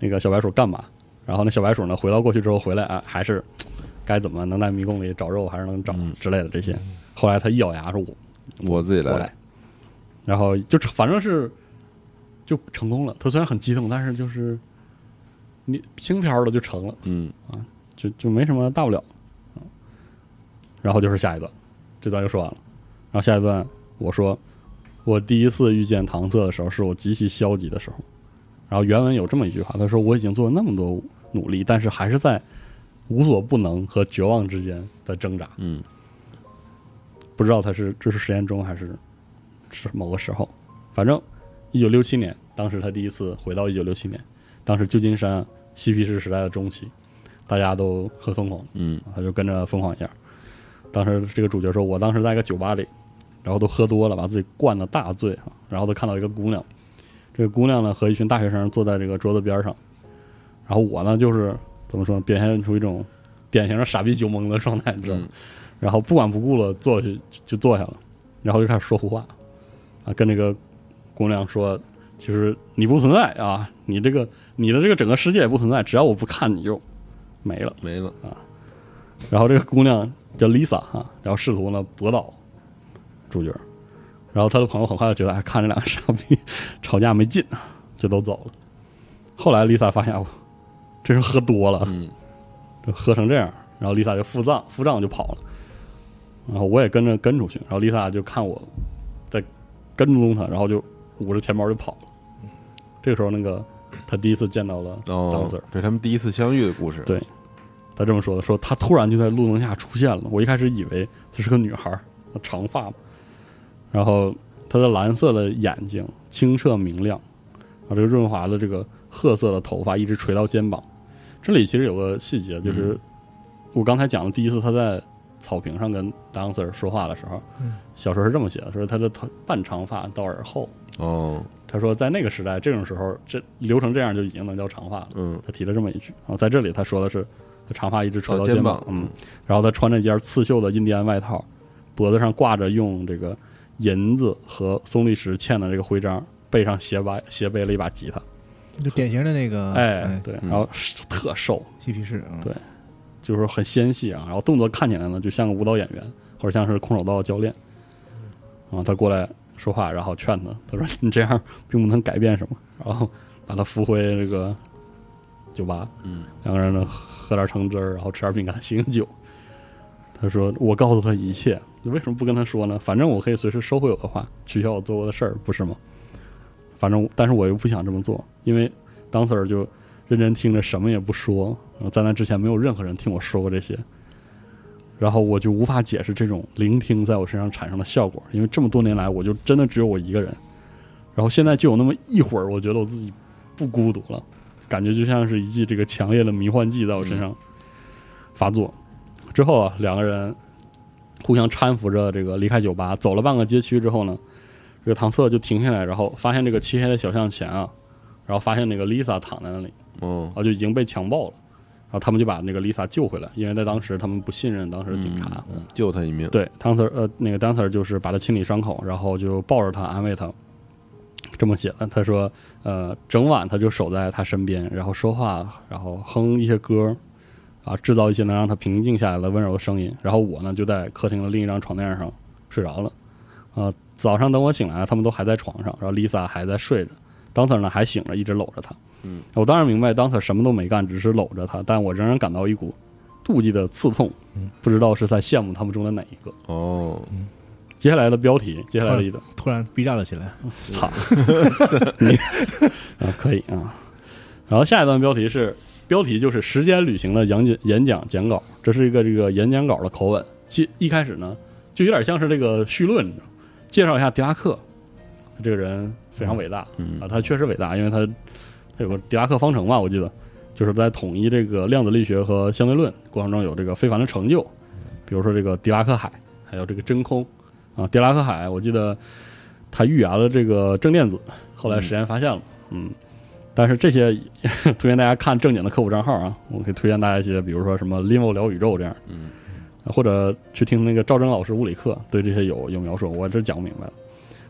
Speaker 4: 那个小白鼠干嘛。然后那小白鼠呢，回到过去之后回来啊，还是该怎么能在迷宫里找肉，还是能找之类的这些。后来他一咬牙说：“我
Speaker 6: 我自己
Speaker 4: 过
Speaker 6: 来
Speaker 4: 来，，然后就成反正是就成功了。他虽然很激动，但是就是你轻飘的就成了，啊
Speaker 6: 嗯
Speaker 4: 就就没什么大不了。嗯，然后就是下一段，这段就说完了。然后下一段我说，我第一次遇见搪塞的时候，是我极其消极的时候。然后原文有这么一句话，他说我已经做了那么多努力，但是还是在无所不能和绝望之间在挣扎。
Speaker 6: 嗯，
Speaker 4: 不知道他是这是实验中还是是某个时候，反正一九六七年，当时他第一次回到一九六七年，当时旧金山嬉皮士时代的中期，大家都很疯狂，
Speaker 6: 嗯
Speaker 4: 他就跟着疯狂一样。当时这个主角说，我当时在一个酒吧里，然后都喝多了，把自己灌得大醉啊，然后都看到一个姑娘，这个姑娘呢和一群大学生坐在这个桌子边上，然后我呢就是怎么说呢，表现出一种典型的傻逼酒蒙的状态，你知道吗？然后不管不顾了坐下去就坐下了，然后就开始说胡话，啊，跟这个姑娘说，其实你不存在啊，你这个你的这个整个世界也不存在，只要我不看你就没了。
Speaker 6: 没了，
Speaker 4: 啊然后这个姑娘叫 Lisa 啊，然后试图呢驳倒主角，然后他的朋友很快就觉得，哎，看这两个傻逼吵架没劲，就都走了。后来 Lisa 发现，哦，这是喝多了，
Speaker 6: 嗯
Speaker 4: 就喝成这样，然后 Lisa 就付账，付账就跑了，然后我也跟着跟出去，然后 Lisa 就看我在跟踪她，然后就捂着钱包就跑了。这个时候，那个他第一次见到了
Speaker 6: 哦
Speaker 4: Dancer，、，
Speaker 6: 这是他们第一次相遇的故事，
Speaker 4: 对，他这么说的，说她突然就在路灯下出现了，我一开始以为她是个女孩儿，她长发嘛，然后她的蓝色的眼睛清澈明亮，啊，这个润滑的这个褐色的头发一直垂到肩膀。这里其实有个细节，就是我刚才讲的第一次她在草坪上跟 dancer 说话的时候，
Speaker 5: 嗯
Speaker 4: 小时候是这么写的，说她的头半长发到耳后。
Speaker 6: 哦，
Speaker 4: 他说，在那个时代，这种时候，这留成这样就已经能叫长发了。
Speaker 6: 嗯，
Speaker 4: 他提了这么一句。然后在这里他说的是，他长发一直垂
Speaker 6: 到
Speaker 4: 到
Speaker 6: 哦肩
Speaker 4: 肩
Speaker 6: 膀，
Speaker 4: 嗯，然后他穿着一件刺绣的印第安外套，脖子上挂着用这个银子和松砾石嵌的这个徽章，背上斜背斜背了一把吉他，
Speaker 5: 嗯就典型的那个
Speaker 4: 哎，对，
Speaker 6: 嗯
Speaker 4: 然后特瘦，
Speaker 5: 嬉皮士，嗯
Speaker 4: 对就是很纤细啊，然后动作看起来呢就像个舞蹈演员或者像是空手道教练，啊，他过来说话，然后劝他，他说 你这样并不能改变什么，然后把他扶回这个酒吧，
Speaker 6: 嗯，
Speaker 4: 两个人呢喝点橙汁儿，然后吃点饼干，醒醒酒。他说我告诉他一切，你为什么不跟他说呢？反正我可以随时收回我的话，取消我做过的事儿，不是吗？反正，但是我又不想这么做，因为当 Sir 就认真听着，什么也不说。呃在那之前，没有任何人听我说过这些，然后我就无法解释这种聆听在我身上产生的效果，因为这么多年来，我就真的只有我一个人。然后现在就有那么一会儿，我觉得我自己不孤独了，感觉就像是一剂这个强烈的迷幻剂在我身上发作。之后啊，两个人互相搀扶着这个离开酒吧，走了半个街区之后呢，这个唐瑟就停下来，然后发现这个漆黑的小巷前啊，然后发现那个 Lisa 躺在那里。
Speaker 6: 哦
Speaker 4: 然，啊后就已经被强暴了，然后他们就把那个 Lisa 救回来，因为在当时他们不信任当时的警察。
Speaker 6: 嗯救他一命，
Speaker 4: 对，Dancer 呃那个 Dancer 就是把他清理伤口，然后就抱着他安慰他，这么写的。他说呃整晚他就守在他身边，然后说话，然后哼一些歌。啊，制造一些能让他平静下来的温柔的声音。然后我呢，就在客厅的另一张床垫上睡着了。呃，早上等我醒来，他们都还在床上，然后 Lisa 还在睡着，Dancer 呢还醒着，一直搂着他。我当然明白当 a 什么都没干，只是搂着他，但我仍然感到一股妒忌的刺痛，不知道是在羡慕他们中的哪一个。
Speaker 6: 哦，
Speaker 4: 接下来的标题，接下来的一段，
Speaker 5: 突然逼站了起来，
Speaker 4: 操， 你啊可以啊。然后下一段标题是标题就是时间旅行的演讲演讲讲稿，这是一个这个演讲稿的口吻。其一开始呢，就有点像是这个绪论，你知道吗介绍一下狄拉克这个人非常伟大、
Speaker 6: 嗯
Speaker 4: 啊，他确实伟大，因为他他有个狄拉克方程嘛，我记得就是在统一这个量子力学和相对论过程中有这个非凡的成就，比如说这个狄拉克海，还有这个真空啊，狄拉克海，我记得他预言了这个正电子，后来实验发现了，嗯。但是这些 推荐大家看正经的科普账号啊，我可以推荐大家一些，比如说什么 “Limo 聊宇宙”这样，
Speaker 6: 嗯，
Speaker 4: 或者去听那个赵征老师物理课，对这些有有描述，我这讲不明白了。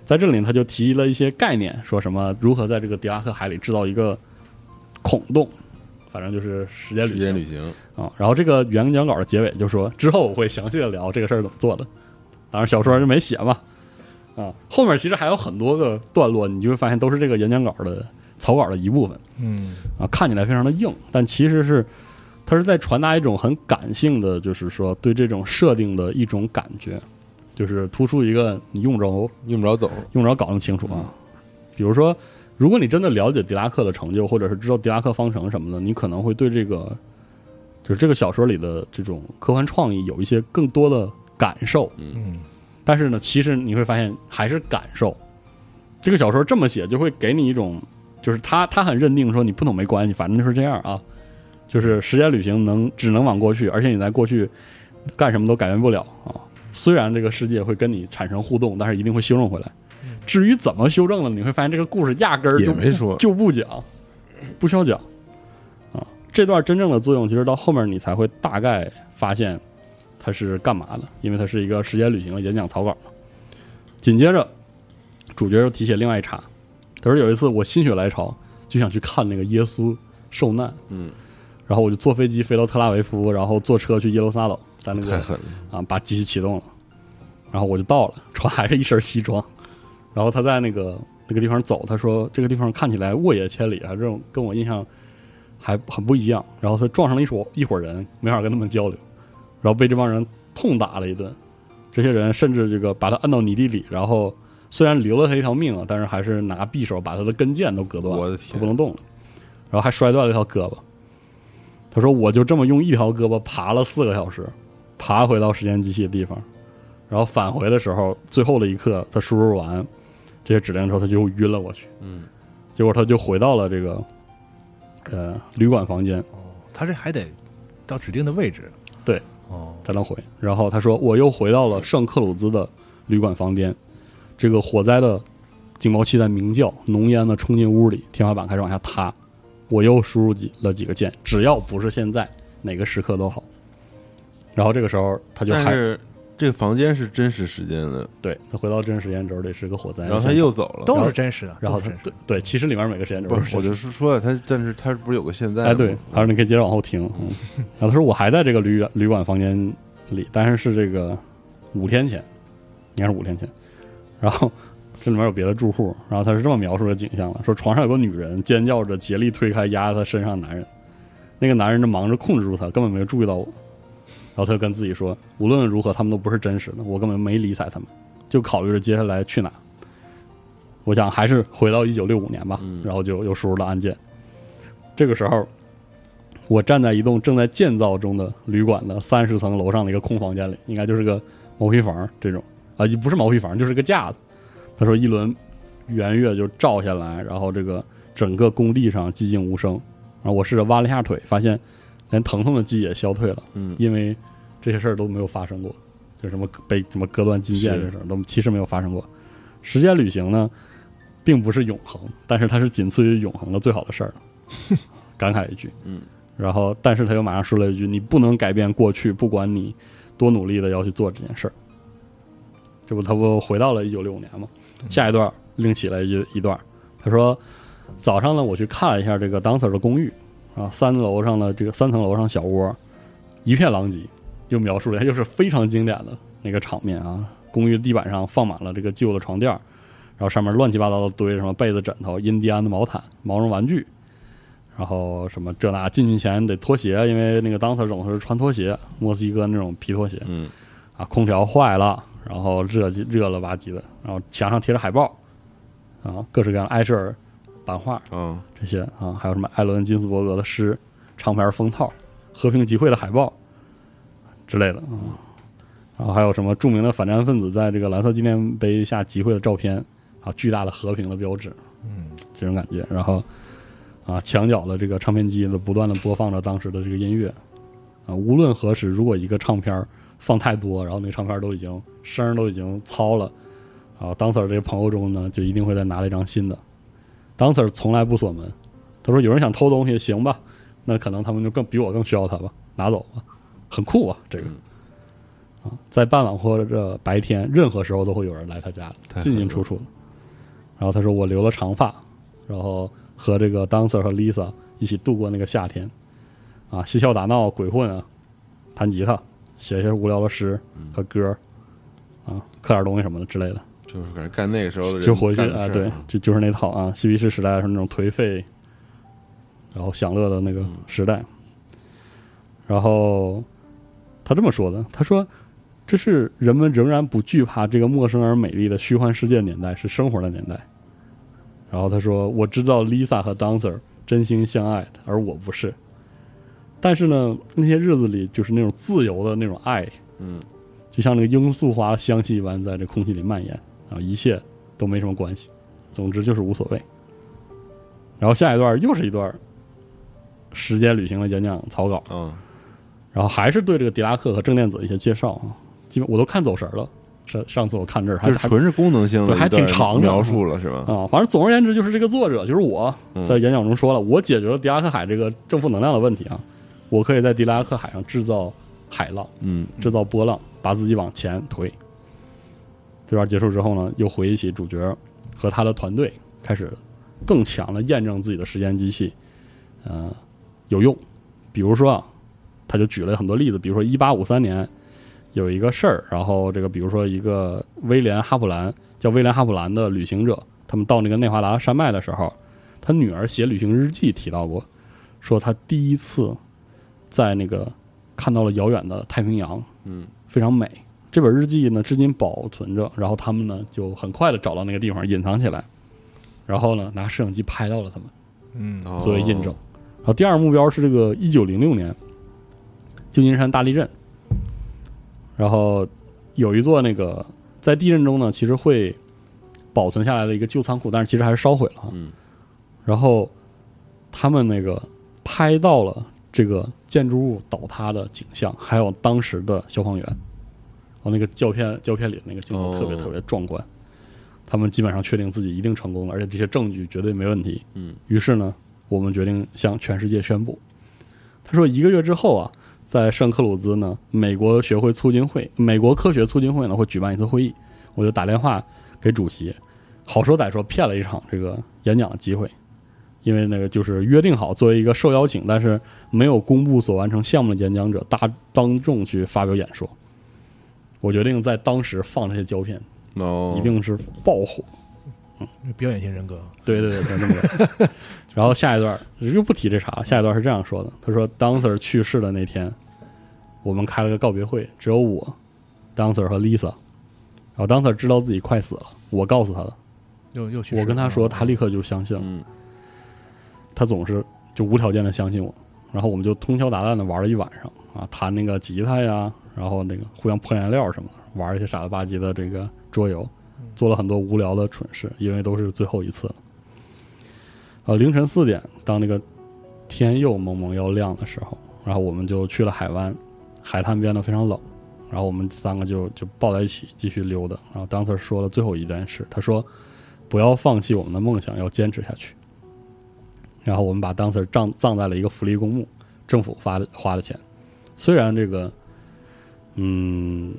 Speaker 4: 在这里呢，他就提了一些概念，说什么如何在这个狄拉克海里制造一个孔洞，反正就是时间
Speaker 6: 时
Speaker 4: 旅
Speaker 6: 间
Speaker 4: 行
Speaker 6: 旅行，
Speaker 4: 啊。然后这个演讲稿的结尾就说，之后我会详细的聊这个事儿怎么做的。当然小说就没写嘛，啊，后面其实还有很多个段落，你就会发现都是这个演讲稿的草稿的一部分。
Speaker 5: 嗯，
Speaker 4: 啊，看起来非常的硬，但其实是它是在传达一种很感性的，就是说对这种设定的一种感觉，就是突出一个你用不着
Speaker 6: 用不着走，
Speaker 4: 用不着搞那么清楚啊。比如说，如果你真的了解狄拉克的成就，或者是知道狄拉克方程什么的，你可能会对这个就是这个小说里的这种科幻创意有一些更多的感受。
Speaker 5: 嗯，
Speaker 4: 但是呢，其实你会发现还是感受。这个小说这么写，就会给你一种，就是他他很认定说你不懂没关系，反正就是这样啊，就是时间旅行能只能往过去，而且你在过去干什么都改变不了啊。虽然这个世界会跟你产生互动，但是一定会修正回来。至于怎么修正的，你会发现这个故事压根儿
Speaker 6: 也
Speaker 4: 就
Speaker 6: 没说，
Speaker 4: 就不讲，不需要讲啊。这段真正的作用，其实到后面你才会大概发现它是干嘛的，因为它是一个时间旅行的演讲草稿嘛。紧接着，主角又提起另外一茬，他说有一次我心血来潮，就想去看那个耶稣受难，
Speaker 6: 嗯，
Speaker 4: 然后我就坐飞机飞到特拉维夫，然后坐车去耶路撒冷，在那
Speaker 6: 太
Speaker 4: 个
Speaker 6: 狠了，
Speaker 4: 啊，把机器启动了，然后我就到了，穿还是一身西装，然后他在那个那个地方走，他说这个地方看起来沃野千里啊，这种跟我印象还很不一样。然后他撞上了一伙一伙人，没法跟他们交流，然后被这帮人痛打了一顿，这些人甚至这个把他按到泥地里，然后虽然留了他一条命啊，但是还是拿匕首把他的跟腱都割断了，
Speaker 6: 我的
Speaker 4: 他
Speaker 6: 天
Speaker 4: 不，能动了，然后还摔断了一条胳膊。他说我就这么用一条胳膊爬了四个小时，爬回到时间机器的地方，然后返回的时候，最后的一刻他输入完这些指令之后，他就晕了过去。
Speaker 6: 嗯，
Speaker 4: 结果他就回到了这个呃旅馆房间
Speaker 5: 他这还得到指定的位置。
Speaker 4: 对，
Speaker 5: 哦，
Speaker 4: 才能回。然后他说我又回到了圣克鲁兹的旅馆房间，这个火灾的警报器在鸣叫，浓烟呢冲进屋里，天花板开始往下塌。我又输入几了几个键，只要不是现在，哪个时刻都好。然后这个时候他就
Speaker 6: 但
Speaker 4: 还
Speaker 6: 是这个房间是真实时间的，
Speaker 4: 对他回到真实时间轴里是个火灾，
Speaker 6: 然后他又走了，
Speaker 5: 都是真实的，
Speaker 4: 呃然后
Speaker 5: 都是
Speaker 4: 他
Speaker 5: 真实的
Speaker 4: 对对，其实里面每个时间轴
Speaker 6: 不
Speaker 4: 都
Speaker 6: 是，我
Speaker 4: 真实
Speaker 6: 就是说他，但是他不是有个现在吗？
Speaker 4: 哎，对，他说你可以接着往后听。嗯，然后他说我还在这个旅旅馆房间里，但是是这个五天前，应该是五天前。然后这里面有别的住户，然后他是这么描述这景象了：说床上有个女人尖叫着，竭力推开压在她身上的男人，那个男人就忙着控制住她，根本没有注意到我。然后他就跟自己说，无论如何他们都不是真实的，我根本没理睬他们，就考虑着接下来去哪。我想还是回到一九六五年吧，然后就又输入了案件。这个时候，我站在一栋正在建造中的旅馆的三十层楼上的一个空房间里，应该就是个毛坯房这种啊，也不是毛坯房，就是个架子。他说一轮圆月就照下来，然后这个整个工地上寂静无声。然后我试着弯了一下腿，发现连疼痛的记忆也消退了，
Speaker 6: 嗯
Speaker 4: 因为这些事儿都没有发生过，就什么被什么割断筋腱
Speaker 6: 是
Speaker 4: 这事儿都其实没有发生过。时间旅行呢，并不是永恒，但是它是仅次于永恒的最好的事儿了。 感慨一句，
Speaker 6: 嗯，
Speaker 4: 然后但是他又马上说了一句：“你不能改变过去，不管你多努力的要去做这件事儿。”这不，他不回到了一九六五年吗？
Speaker 6: 嗯
Speaker 4: 下一段另起了一一段，他说：“早上呢，我去看了一下这个 Dancer 的公寓啊，三楼上的这个三层楼上小窝，一片狼藉。”又描述了一下，哎又是非常经典的那个场面啊！公寓地板上放满了这个旧的床垫儿，然后上面乱七八糟的堆着什么被子、枕头、印第安的毛毯、毛绒玩具，然后什么这那。进去前得脱鞋，因为那个 dancer 总是穿拖鞋，墨西哥那种皮拖鞋。
Speaker 6: 嗯
Speaker 4: 啊，空调坏了，然后热气热了吧唧的，然后墙上贴着海报，啊，各式各样的埃舍尔版画
Speaker 6: 啊，
Speaker 4: 这些啊，还有什么艾伦金斯伯格的诗、唱片封套、和平集会的海报之类的啊，然后还有什么著名的反战分子在这个蓝色纪念碑下集会的照片啊，巨大的和平的标志，
Speaker 5: 嗯，
Speaker 4: 这种感觉。然后啊，墙角的这个唱片机呢，不断的播放着当时的这个音乐啊。无论何时，如果一个唱片儿放太多，然后那个唱片儿都已经声儿都已经糙了啊，当 Sir 这些朋友中呢，就一定会再拿了一张新的。当 Sir 从来不锁门，他说有人想偷东西，行吧，那可能他们就更比我更需要他吧，拿走吧，很酷啊，这个。
Speaker 6: 嗯
Speaker 4: 啊，在傍晚或者白天，任何时候都会有人来他家了，
Speaker 6: 太
Speaker 4: 进
Speaker 6: 狠
Speaker 4: 进
Speaker 6: 了
Speaker 4: 出出的。然后他说我留了长发，然后和这个 Dancer 和 Lisa 一起度过那个夏天，啊，嬉笑打闹、鬼混啊，弹吉他，写一些无聊的诗
Speaker 6: 嗯
Speaker 4: 和歌，啊，刻点东西什么的之类的，
Speaker 6: 就是感觉干那个时候的人
Speaker 4: 就回去
Speaker 6: 干的
Speaker 4: 啊，
Speaker 6: 事儿
Speaker 4: 对，就就是那套啊，嬉皮士时代是那种颓废，然后享乐的那个
Speaker 6: 嗯
Speaker 4: 时代。然后他这么说的，他说。这是人们仍然不惧怕这个陌生而美丽的虚幻世界年代，是生活的年代。然后他说：“我知道 Lisa 和 Dancer 真心相爱的，而我不是。但是呢，那些日子里就是那种自由的那种爱，
Speaker 6: 嗯，
Speaker 4: 就像那个罂粟花香气一般，在这空气里蔓延，然后一切都没什么关系。总之就是无所谓。然后下一段又是一段时间旅行的演讲草稿，
Speaker 6: 啊，
Speaker 4: 然后还是对这个狄拉克和正电子一些介绍啊，基本我都看走神儿了。上上次我看这儿还
Speaker 6: 就是
Speaker 4: 还
Speaker 6: 纯是功能性的，
Speaker 4: 对还挺长的
Speaker 6: 描述了是吧？
Speaker 4: 啊，反正总而言之，就是这个作者，就是我
Speaker 6: 嗯
Speaker 4: 在演讲中说了，我解决了狄拉克海这个正负能量的问题啊，我可以在狄拉克海上制造海浪，
Speaker 6: 嗯，
Speaker 4: 制造波浪，把自己往前推。这段结束之后呢，又回忆起主角和他的团队，开始更强的验证自己的时间机器，呃，有用。比如说啊，他就举了很多例子，比如说一八五三年有一个事儿，然后这个比如说一个威廉哈普兰叫威廉哈普兰的旅行者，他们到那个内华达山脉的时候，他女儿写旅行日记提到过，说他第一次在那个看到了遥远的太平洋，
Speaker 6: 嗯，
Speaker 4: 非常美。这本日记呢，至今保存着。然后他们呢，就很快的找到那个地方，隐藏起来，然后呢，拿摄影机拍到了他们
Speaker 5: 嗯，
Speaker 6: 哦
Speaker 4: 作为印证。后第二目标是这个一九零六年旧金山大地震，然后有一座那个在地震中呢，其实会保存下来的一个旧仓库，但是其实还是烧毁了。
Speaker 6: 嗯，
Speaker 4: 然后他们那个拍到了这个建筑物倒塌的景象，还有当时的消防员。哦，那个胶片胶片里的那个镜头特别
Speaker 6: 哦
Speaker 4: 特别壮观。他们基本上确定自己一定成功了，而且这些证据绝对没问题。
Speaker 6: 嗯，
Speaker 4: 于是呢，我们决定向全世界宣布。他说，一个月之后啊，在圣克鲁兹呢，美国学会促进会，美国科学促进会呢会举办一次会议。我就打电话给主席，好说歹说骗了一场这个演讲的机会，因为那个就是约定好作为一个受邀请，但是没有公布所完成项目的演讲者，大当众去发表演说。我决定在当时放这些胶片，
Speaker 6: 哦，
Speaker 4: 嗯一定是爆火。
Speaker 5: 表演型人格，
Speaker 4: 对对对，就这么个。 然后下一段又不提这茬了，下一段是这样说的：他说，Dancer 去世的那天，我们开了个告别会，只有我、Dancer 和 Lisa。然后 Dancer 知道自己快死了，我告诉他的，
Speaker 5: 又又去世嗯
Speaker 4: 我跟他说，
Speaker 5: 了
Speaker 4: 他立刻就相信了。
Speaker 6: 嗯
Speaker 4: 他总是就无条件的相信我，然后我们就通宵达旦的玩了一晚上啊，弹那个吉他呀，然后那个互相喷燃料什么的，玩一些傻了吧唧的这个桌游，做了很多无聊的蠢事，因为都是最后一次了。呃，凌晨四点，当那个天又蒙蒙要亮的时候，然后我们就去了海湾，海滩边呢非常冷，然后我们三个就就抱在一起继续溜达。然后当时说了最后一件事，他说不要放弃我们的梦想，要坚持下去。然后我们把当 Sir 葬葬在了一个福利公墓，政府发的花的钱。虽然这个，嗯，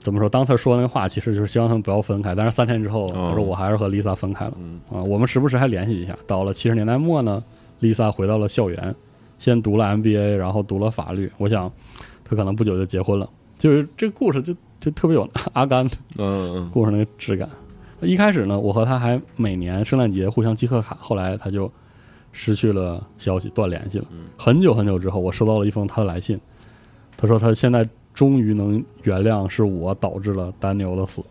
Speaker 4: 怎么说？当 Sir 说那话，其实就是希望他们不要分开。但是三天之后，
Speaker 6: 哦
Speaker 4: 他说我还是和 Lisa 分开了。
Speaker 6: 嗯
Speaker 4: 啊，我们时不时还联系一下。到了七十年代末呢，Lisa 回到了校园，先读了 MBA，然后读了法律。我想，她可能不久就结婚了。就是这个故事就就特别有阿甘
Speaker 6: 嗯
Speaker 4: 故事那个质感。一开始呢，我和他还每年圣诞节互相寄贺卡，后来他就失去了消息，断联系了。很久很久之后，我收到了一封他的来信，他说他现在终于能原谅是我导致了丹牛的死。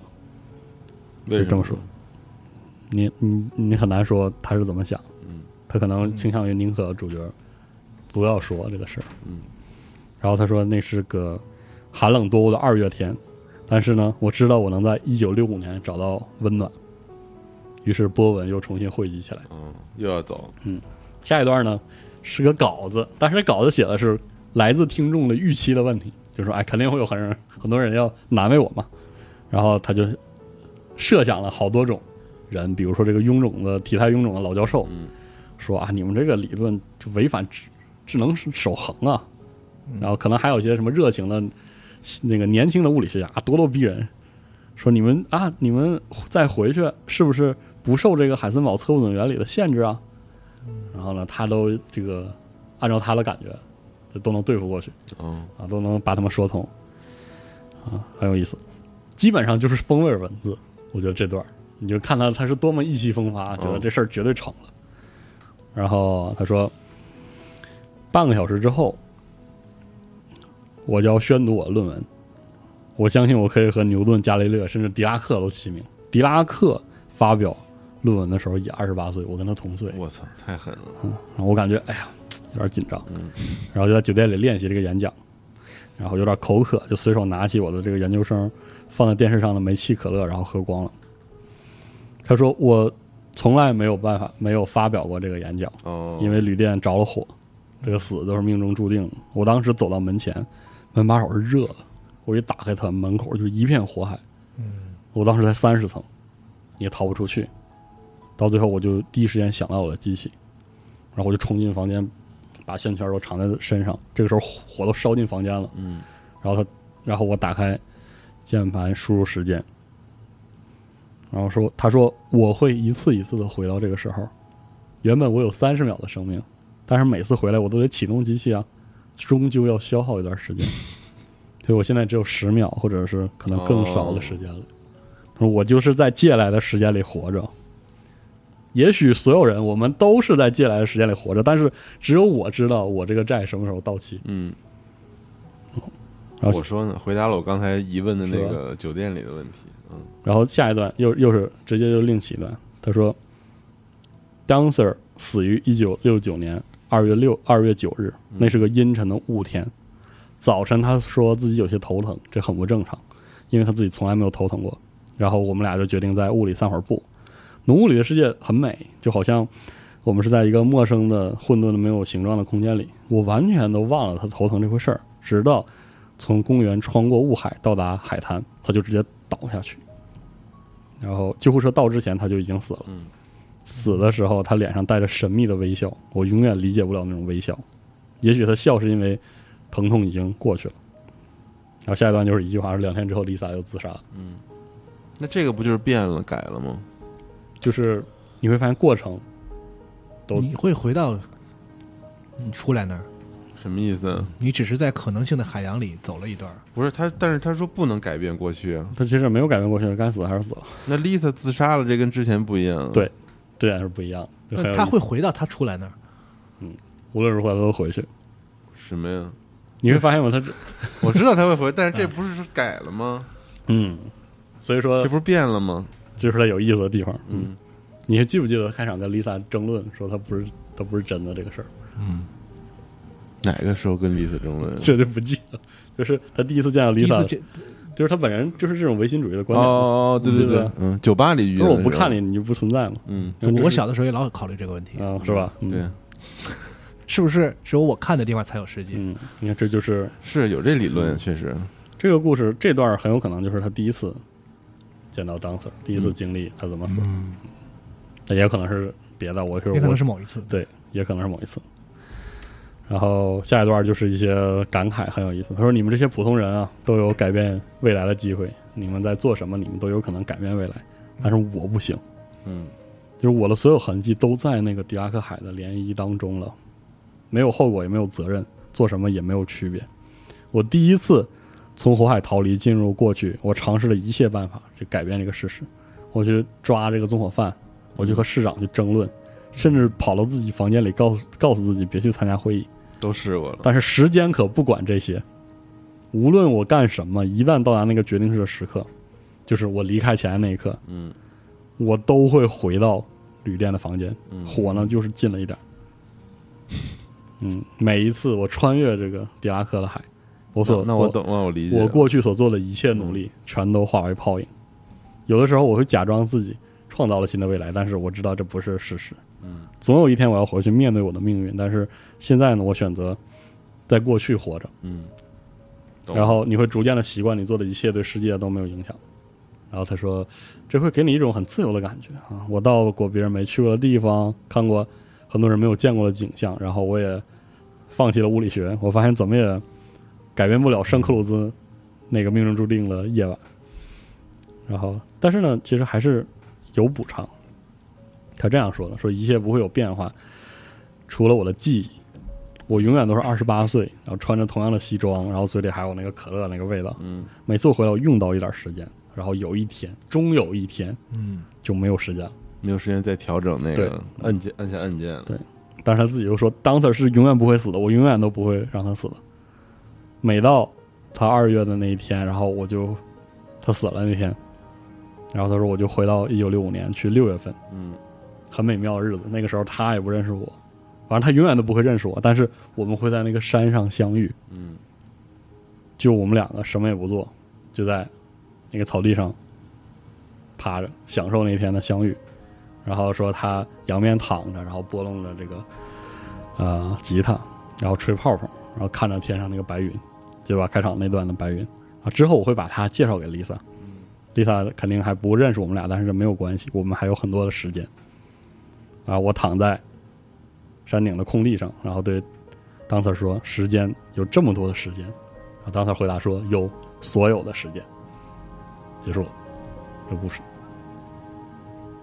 Speaker 6: 为
Speaker 4: 就
Speaker 6: 什
Speaker 4: 这么
Speaker 6: 么
Speaker 4: 说。你你你很难说他是怎么想，
Speaker 6: 嗯，
Speaker 4: 他可能倾向于宁可主角不要说这个事儿，
Speaker 6: 嗯。
Speaker 4: 然后他说那是个寒冷多雾的二月天，但是呢，我知道我能在一九六五年找到温暖。于是波纹又重新汇集起来。
Speaker 6: 嗯，又要走，
Speaker 4: 下一段呢是个稿子，但是这稿子写的是来自听众的预期的问题，就说哎，肯定会有很人很多人要难为我嘛。然后他就设想了好多种人，比如说这个臃肿的体态臃肿的老教授，
Speaker 6: 嗯
Speaker 4: 说啊，你们这个理论就违反智智能守恒啊。然后可能还有一些什么热情的那个年轻的物理学家啊，咄咄逼人，说你们啊，你们再回去是不是不受这个海森堡测不准原理的限制啊？然后呢，他都这个按照他的感觉，就都能对付过去
Speaker 6: 哦，
Speaker 4: 啊，都能把他们说通啊，很有意思。基本上就是风味文字，我觉得这段儿你就看他他是多么意气风发，觉得这事儿绝对成了。然后他说，半个小时之后，我就要宣读我的论文。我相信我可以和牛顿、伽利略甚至狄拉克都齐名。狄拉克发表论文的时候也二十八岁，我跟他同岁。
Speaker 6: 我操，太狠了，
Speaker 4: 然后我感觉哎呀有点紧张，然后就在酒店里练习这个演讲，然后有点口渴，就随手拿起我的这个研究生放在电视上的煤气可乐，然后喝光了。他说我从来没有办法没有发表过这个演讲，
Speaker 6: 哦，
Speaker 4: 因为旅店着了火，这个死都是命中注定的。我当时走到门前，门把手是热的，我一打开它，门口就一片火海。我当时在三十层，也逃不出去。到最后，我就第一时间想到我的机器，然后我就冲进房间，把线圈都藏在身上。这个时候火火都烧进房间了，
Speaker 6: 嗯，
Speaker 4: 然后他，然后我打开键盘输入时间，然后说，他说我会一次一次的回到这个时候。原本我有三十秒的生命，但是每次回来我都得启动机器啊，终究要消耗一段时间，所以我现在只有十秒，或者是可能更少的时间了。他说我就是在借来的时间里活着。也许所有人，我们都是在借来的时间里活着，但是只有我知道我这个债什么时候到期。
Speaker 6: 嗯，
Speaker 4: 然后
Speaker 6: 我说呢，回答了我刚才疑问的那
Speaker 4: 是
Speaker 6: 个酒店里的问题，嗯
Speaker 4: 然后下一段又又是直接就另起一段，他说，Dancer 死于一九六九年，二月六二月九日，那是个阴沉的雾天。早晨他说自己有些头疼，这很不正常，因为他自己从来没有头疼过。然后我们俩就决定在雾里散会儿步。浓雾里的世界很美，就好像我们是在一个陌生的、混沌的、没有形状的空间里。我完全都忘了他头疼这回事儿，直到从公园穿过雾海到达海滩，他就直接倒下去。然后救护车到之前，他就已经死了。死的时候，他脸上带着神秘的微笑，我永远理解不了那种微笑。也许他笑是因为疼痛已经过去了。然后下一段就是一句话，是两天之后，Lisa 又自杀了。
Speaker 6: 那这个不就是变了改了吗？
Speaker 4: 就是你会发现过程都
Speaker 5: 你会回到你出来那儿，
Speaker 6: 什么意思
Speaker 4: 嗯
Speaker 6: 啊？
Speaker 5: 你只是在可能性的海洋里走了一段儿。
Speaker 6: 不是他，但是他说不能改变过去啊。
Speaker 4: 他其实没有改变过去，该死还是死了，
Speaker 6: 那 Lisa 自杀了，这跟之前不一样啊。
Speaker 4: 对这点是不一样的。就很
Speaker 5: 但
Speaker 4: 有
Speaker 5: 呃他
Speaker 4: 意思
Speaker 5: 会回到他出来那儿，
Speaker 4: 无论如何他都回去，
Speaker 6: 什么呀？
Speaker 4: 你会发现吗？ 他这
Speaker 6: 我知道他会回，但是这不是说改了吗？
Speaker 4: 嗯，所以说
Speaker 6: 这不是变了吗？
Speaker 4: 这是他有意思的地方。
Speaker 6: 嗯，
Speaker 4: 你还记不记得开场跟 Lisa 争论说他不是他不是真的这个事儿？
Speaker 6: 哪个时候跟 Lisa 争论？
Speaker 4: 这就不记得，就是他第一次见到
Speaker 5: 第一次
Speaker 4: Lisa，
Speaker 5: 见
Speaker 4: 就是他本人就是这种唯心主义的
Speaker 6: 哦
Speaker 4: 观点。
Speaker 6: 哦，哦对
Speaker 4: 对
Speaker 6: 对
Speaker 4: 吧，
Speaker 6: 嗯，酒吧里遇
Speaker 4: 就
Speaker 6: 到
Speaker 4: 是
Speaker 6: 的
Speaker 4: 我不
Speaker 6: 时候
Speaker 4: 看你，，你就不存在嘛。
Speaker 6: 嗯，
Speaker 4: 就只
Speaker 5: 我
Speaker 4: 是
Speaker 5: 小的时候也老考虑这个问题，
Speaker 4: 啊，是吧？嗯
Speaker 6: 对，，
Speaker 5: 是不是只有我看的地方才有世界？
Speaker 4: 嗯，你看这就是
Speaker 6: 是有这理
Speaker 4: 嗯
Speaker 6: 论，确实，
Speaker 4: 这个故事这段很有可能就是他第一次见到 Dancer，第
Speaker 5: 嗯
Speaker 4: 一次经历他怎么死，那、也有可能是别的，我就是
Speaker 5: 也可
Speaker 4: 我
Speaker 5: 能是某一次。
Speaker 4: 对，也可能是某一次。然后下一段就是一些感慨，很有意思。他说：“你们这些普通人啊，都有改变未来的机会。你们在做什么，你们都有可能改变未来，但是我不行。
Speaker 6: 嗯，
Speaker 4: 就是我的所有痕迹都在那个狄拉克海的涟漪当中了，没有后果，也没有责任，做什么也没有区别。我第一次从火海逃离，进入过去，我尝试了一切办法去改变这个事实。我去抓这个纵火犯，我去和市长去争论，甚至跑到自己房间里告诉告诉自己别去参加会议。
Speaker 6: 都试过了。
Speaker 4: 但是时间可不管这些，无论我干什么，一旦到达那个决定式的时刻，就是我离开前的那一刻，
Speaker 6: 嗯，
Speaker 4: 我都会回到旅店的房间，
Speaker 6: 嗯
Speaker 4: 火呢就是近了一点 儿。嗯，每一次我穿越这个狄拉克的海，我所
Speaker 6: 那那我懂了，我理解了。嗯
Speaker 4: 我过去所做的一切努力，全都化为泡影。有的时候我会假装自己创造了新的未来，但是我知道这不是事实。嗯，总有一天我要回去面对我的命运，但是现在呢，我选择在过去活着。
Speaker 6: 嗯，懂
Speaker 4: 然后你会逐渐的习惯你做的一切对世界都没有影响。然后他说，这会给你一种很自由的感觉啊！我到过别人没去过的地方，看过很多人没有见过的景象，然后我也放弃了物理学，我发现怎么也改变不了圣克鲁兹那个命中注定的夜晚。然后，但是呢，其实还是有补偿。他这样说的：说一切不会有变化，除了我的记忆，我永远都是二十八岁，然后穿着同样的西装，然后嘴里还有那个可乐那个味道。
Speaker 6: 嗯，
Speaker 4: 每次回来我用到一点时间，然后有一天，终有一天
Speaker 5: 嗯，
Speaker 4: 就没有时间了。
Speaker 6: 没有时间再调整那个
Speaker 4: 对
Speaker 6: 按键，按下按键了。
Speaker 4: 但是他自己又说，Dancer 是永远不会死的，我永远都不会让他死的。每到他二月的那一天，然后我就他死了那天，然后他说我就回到一九六五年去六月份，
Speaker 6: 嗯，
Speaker 4: 很美妙的日子。那个时候他也不认识我，反正他永远都不会认识我，但是我们会在那个山上相遇。
Speaker 6: 嗯，
Speaker 4: 就我们两个什么也不做，就在那个草地上趴着，享受那天的相遇。然后说他仰面躺着，然后拨弄着这个呃吉他，然后吹泡泡，然后看着天上那个白云，对吧？开场那段的白云啊，之后我会把他介绍给 Lisa。Lisa 肯定还不认识我们俩，但是没有关系，我们还有很多的时间。啊，我躺在山顶的空地上，然后对 Dancer 说：“时间有这么多的时间。”然后 Dancer 回答说：“有所有的时间。”结束了这故事。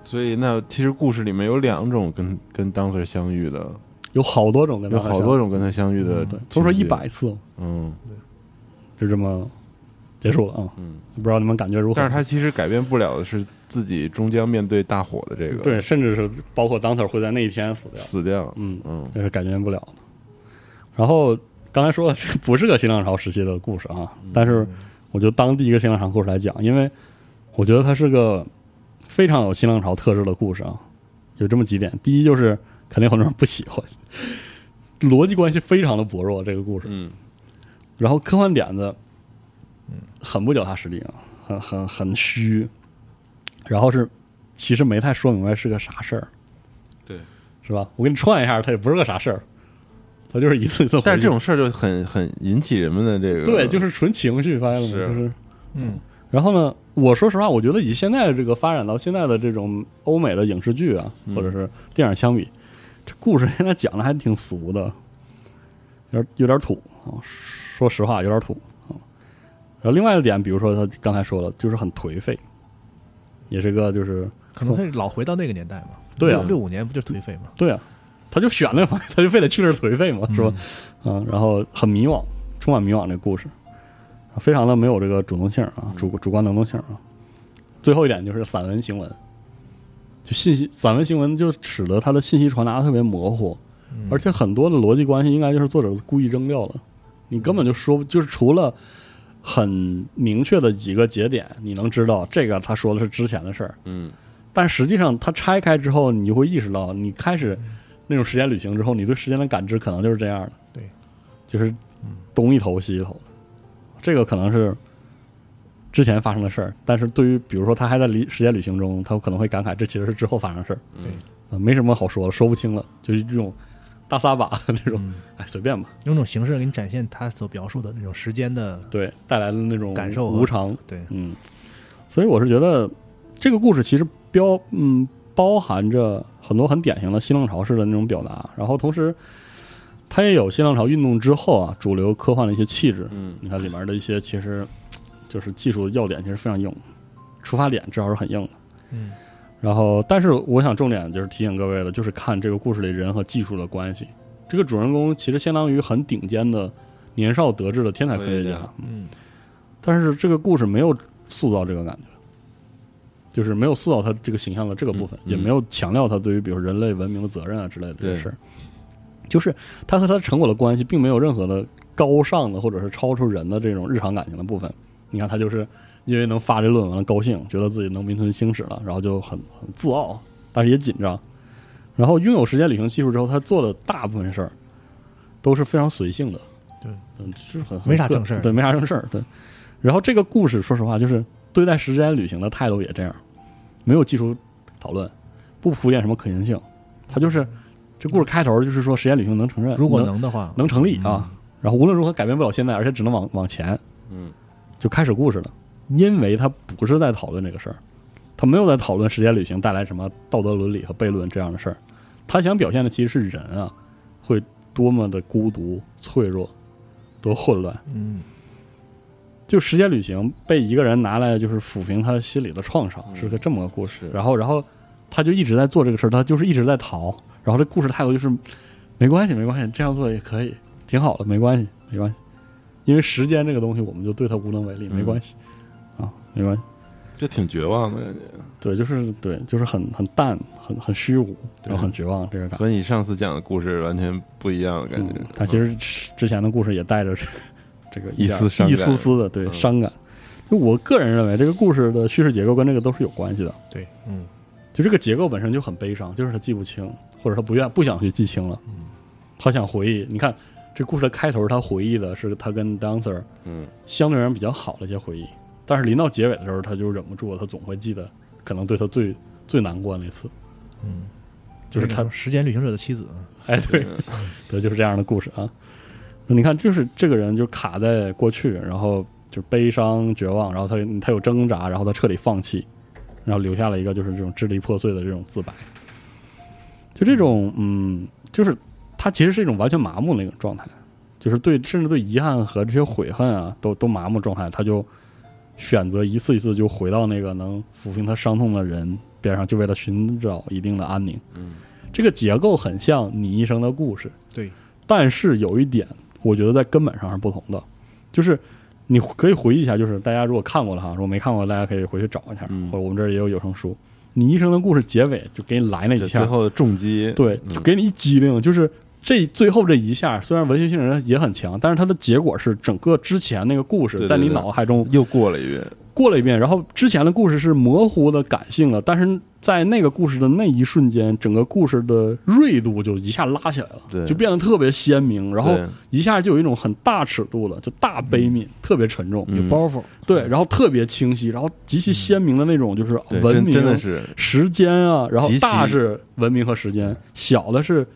Speaker 6: 所以那其实故事里面有两种跟跟 Dancer 相遇的，
Speaker 4: 有好多种跟他
Speaker 6: 有好多
Speaker 4: 种，
Speaker 6: 种跟他相遇的情节
Speaker 4: 对，，都说一百次哦，
Speaker 6: 嗯，
Speaker 4: 就这么结束了啊。
Speaker 6: 嗯，
Speaker 4: 不知道你们感觉如何？
Speaker 6: 但是他其实改变不了的是自己终将面对大火的这个，
Speaker 4: 对，，甚至是包括 Dancer 会在那一天死 掉，
Speaker 6: 死掉，
Speaker 4: 嗯
Speaker 6: 嗯
Speaker 4: 这是改变不了的。然后刚才说了，这不是个新浪潮时期的故事啊，但是我就当第一个新浪潮故事来讲，因为我觉得它是个非常有新浪潮特质的故事啊。有这么几点，第一就是肯定很多人不喜欢，逻辑关系非常的薄弱，这个故事。
Speaker 6: 嗯，
Speaker 4: 然后科幻点子，很不脚踏实地啊，很很很虚，然后是其实没太说明白是个啥事儿，
Speaker 6: 对。
Speaker 4: 是吧？我给你串一下，它也不是个啥事儿，它就是一次一次回去。
Speaker 6: 但是这种事儿就很很引起人们的这个
Speaker 4: 对，就是纯情绪，发现了吗？
Speaker 6: 是
Speaker 4: 就是
Speaker 5: 嗯，
Speaker 4: 然后呢，我说实话，我觉得以现在这个发展到现在的这种欧美的影视剧啊，
Speaker 6: 嗯
Speaker 4: 或者是电影相比，这故事现在讲的还挺俗的，有点有点土啊。说实话，有点土啊。然后另外一点，比如说他刚才说了，就是很颓废，也是个就是
Speaker 5: 可能他老回到那个年代嘛，
Speaker 4: 对啊
Speaker 5: 六六五年不就是颓废嘛，
Speaker 4: 对啊，他就选那个方 向，他就非得去那儿颓废嘛，是吧？嗯，然后很迷惘，充满迷惘这个故事，非常的没有这个主动性啊，主主观能动性啊。最后一点就是散文新闻，就信息散文新闻就使得它的信息传达特别模糊，而且很多的逻辑关系应该就是作者故意扔掉了，你根本就说不就是除了。很明确的几个节点，你能知道这个他说的是之前的事儿，
Speaker 6: 嗯
Speaker 4: 但实际上它拆开之后，你就会意识到，你开始
Speaker 5: 嗯
Speaker 4: 那种时间旅行之后，你对时间的感知可能就是这样的，
Speaker 5: 对，嗯
Speaker 4: 就是东一头西一头的，这个可能是之前发生的事儿，但是对于比如说他还在离时间旅行中，他可能会感慨这其实是之后发生的事儿，
Speaker 5: 对
Speaker 4: 啊，没什么好说的，说不清了，就是这种大撒把的那种，
Speaker 5: 嗯
Speaker 4: 哎，随便吧，
Speaker 5: 用这种形式给你展现他所描述的那种时间的
Speaker 4: 对，带来的那种
Speaker 5: 感受和
Speaker 4: 无常，
Speaker 5: 对，
Speaker 4: 嗯，所以我是觉得这个故事其实标嗯包含着很多很典型的新浪潮式的那种表达，然后同时它也有新浪潮运动之后啊主流科幻的一些气质。
Speaker 6: 嗯
Speaker 4: 你看里面的一些其实就是技术要点其实非常硬，出发点至少是很硬的。
Speaker 5: 嗯
Speaker 4: 然后，但是我想重点就是提醒各位的，就是看这个故事里人和技术的关系。这个主人公其实相当于很顶尖的年少得志的天才科学
Speaker 6: 科学
Speaker 4: 家
Speaker 6: 家，
Speaker 5: 嗯
Speaker 4: 但是这个故事没有塑造这个感觉，就是没有塑造他这个形象的这个部分，
Speaker 6: 嗯嗯
Speaker 4: 也没有强调他对于比如人类文明的责任啊之类的这些
Speaker 6: 对
Speaker 4: 事儿，就是他和他的成果的关系，并没有任何的高尚的或者是超出人的这种日常感情的部分。你看，他就是因为能发这论文高兴，觉得自己能名存青史了，然后就很很自傲，但是也紧张。然后拥有时间旅行技术之后，他做的大部分事儿都是非常随性的，
Speaker 5: 对，
Speaker 4: 嗯，就是很
Speaker 5: 没啥
Speaker 4: 很个
Speaker 5: 正事儿
Speaker 4: 对，没啥正事儿，对。然后这个故事，说实话，就是对待时间旅行的态度也这样，没有技术讨论，不铺垫什么可行性，他就是这故事开头就是说时间旅行能承认，
Speaker 5: 嗯如果
Speaker 4: 能
Speaker 5: 能的话，
Speaker 4: 能成立啊。然后无论如何改变不了现在，而且只能往往前，
Speaker 6: 嗯，
Speaker 4: 就开始故事了。因为他不是在讨论这个事儿，他没有在讨论时间旅行带来什么道德伦理和悖论这样的事儿，他想表现的其实是人啊会多么的孤独、脆弱、多混乱。
Speaker 5: 嗯
Speaker 4: 就时间旅行被一个人拿来就是抚平他心里的创伤，
Speaker 6: 嗯
Speaker 4: 是个这么个故事
Speaker 6: 是。
Speaker 4: 然后，然后他就一直在做这个事儿，他就是一直在逃。然后这故事态度就是没关系，没关系，这样做也可以，挺好的，没关系，没关系。因为时间这个东西，我们就对它无能为力，
Speaker 6: 嗯
Speaker 4: 没关系、啊，没关系。
Speaker 6: 这挺绝望的感觉。
Speaker 4: 对，就是对，就是很很淡，很很虚无，然后很绝望这个感觉。
Speaker 6: 和你上次讲的故事完全不一样，感觉
Speaker 4: 嗯。他其实之之前的故事也带着 这这个
Speaker 6: 一丝
Speaker 4: 点
Speaker 6: 伤
Speaker 4: 一
Speaker 6: 感
Speaker 4: 丝丝的对
Speaker 6: 嗯
Speaker 4: 伤感。就我个人认为，这个故事的叙事结构跟这个都是有关系的。
Speaker 5: 对嗯
Speaker 4: 就这个结构本身就很悲伤，就是他记不清，或者他不愿不想去记清
Speaker 6: 嗯
Speaker 4: 了，他想回忆。你看这故事的开头，他回忆的是他跟 Dancer
Speaker 6: 嗯
Speaker 4: 相对而言比较好的一些回忆，但是临到结尾的时候，他就忍不住了，他总会记得可能对他最最难过的那次，
Speaker 5: 嗯，
Speaker 4: 就是他
Speaker 5: 时间旅行者的妻子，啊
Speaker 4: 哎，对， 对，就是这样的故事啊。你看，就是这个人就卡在过去，然后就悲伤、绝望，然后他他有挣扎，然后他彻底放弃，然后留下了一个就是这种支离破碎的这种自白。就这种，嗯，就是他其实是一种完全麻木的一种状态，就是对甚至对遗憾和这些悔恨啊，都都麻木状态，他就选择一次一次就回到那个能抚平他伤痛的人边上，就为了寻找一定的安宁。
Speaker 6: 嗯
Speaker 4: 这个结构很像你一生的故事，
Speaker 5: 对，
Speaker 4: 但是有一点，我觉得在根本上是不同的，就是你可以回忆一下，就是大家如果看过的哈，如果没看过，大家可以回去找一下，
Speaker 6: 嗯
Speaker 4: 或者我们这儿也有有声书。你一生的故事结尾就给你来那
Speaker 6: 这
Speaker 4: 一
Speaker 6: 最
Speaker 4: 下，
Speaker 6: 后的重击，
Speaker 4: 对，
Speaker 6: 嗯
Speaker 4: 就给你一激灵，就是这最后这一下，虽然文学性人也很强，但是它的结果是整个之前那个故事
Speaker 6: 对对
Speaker 4: 在你
Speaker 6: 对
Speaker 4: 脑海中
Speaker 6: 又过了一遍，
Speaker 4: 过了一遍，然后之前的故事是模糊的、感性的，但是在那个故事的那一瞬间，整个故事的锐度就一下拉起来
Speaker 6: 对
Speaker 4: 了，就变得特别鲜明，然后
Speaker 6: 对
Speaker 4: 一下就有一种很大尺度的，就大悲悯，
Speaker 6: 嗯
Speaker 4: 特别沉重，
Speaker 5: 有包袱，
Speaker 4: 对，然后特别清晰，然后极其鲜明的那种，就是
Speaker 6: 嗯对，
Speaker 4: 文
Speaker 6: 真
Speaker 4: 明
Speaker 6: 真的是
Speaker 4: 时间啊，然后
Speaker 6: 极其
Speaker 4: 大是文明和时间，小的是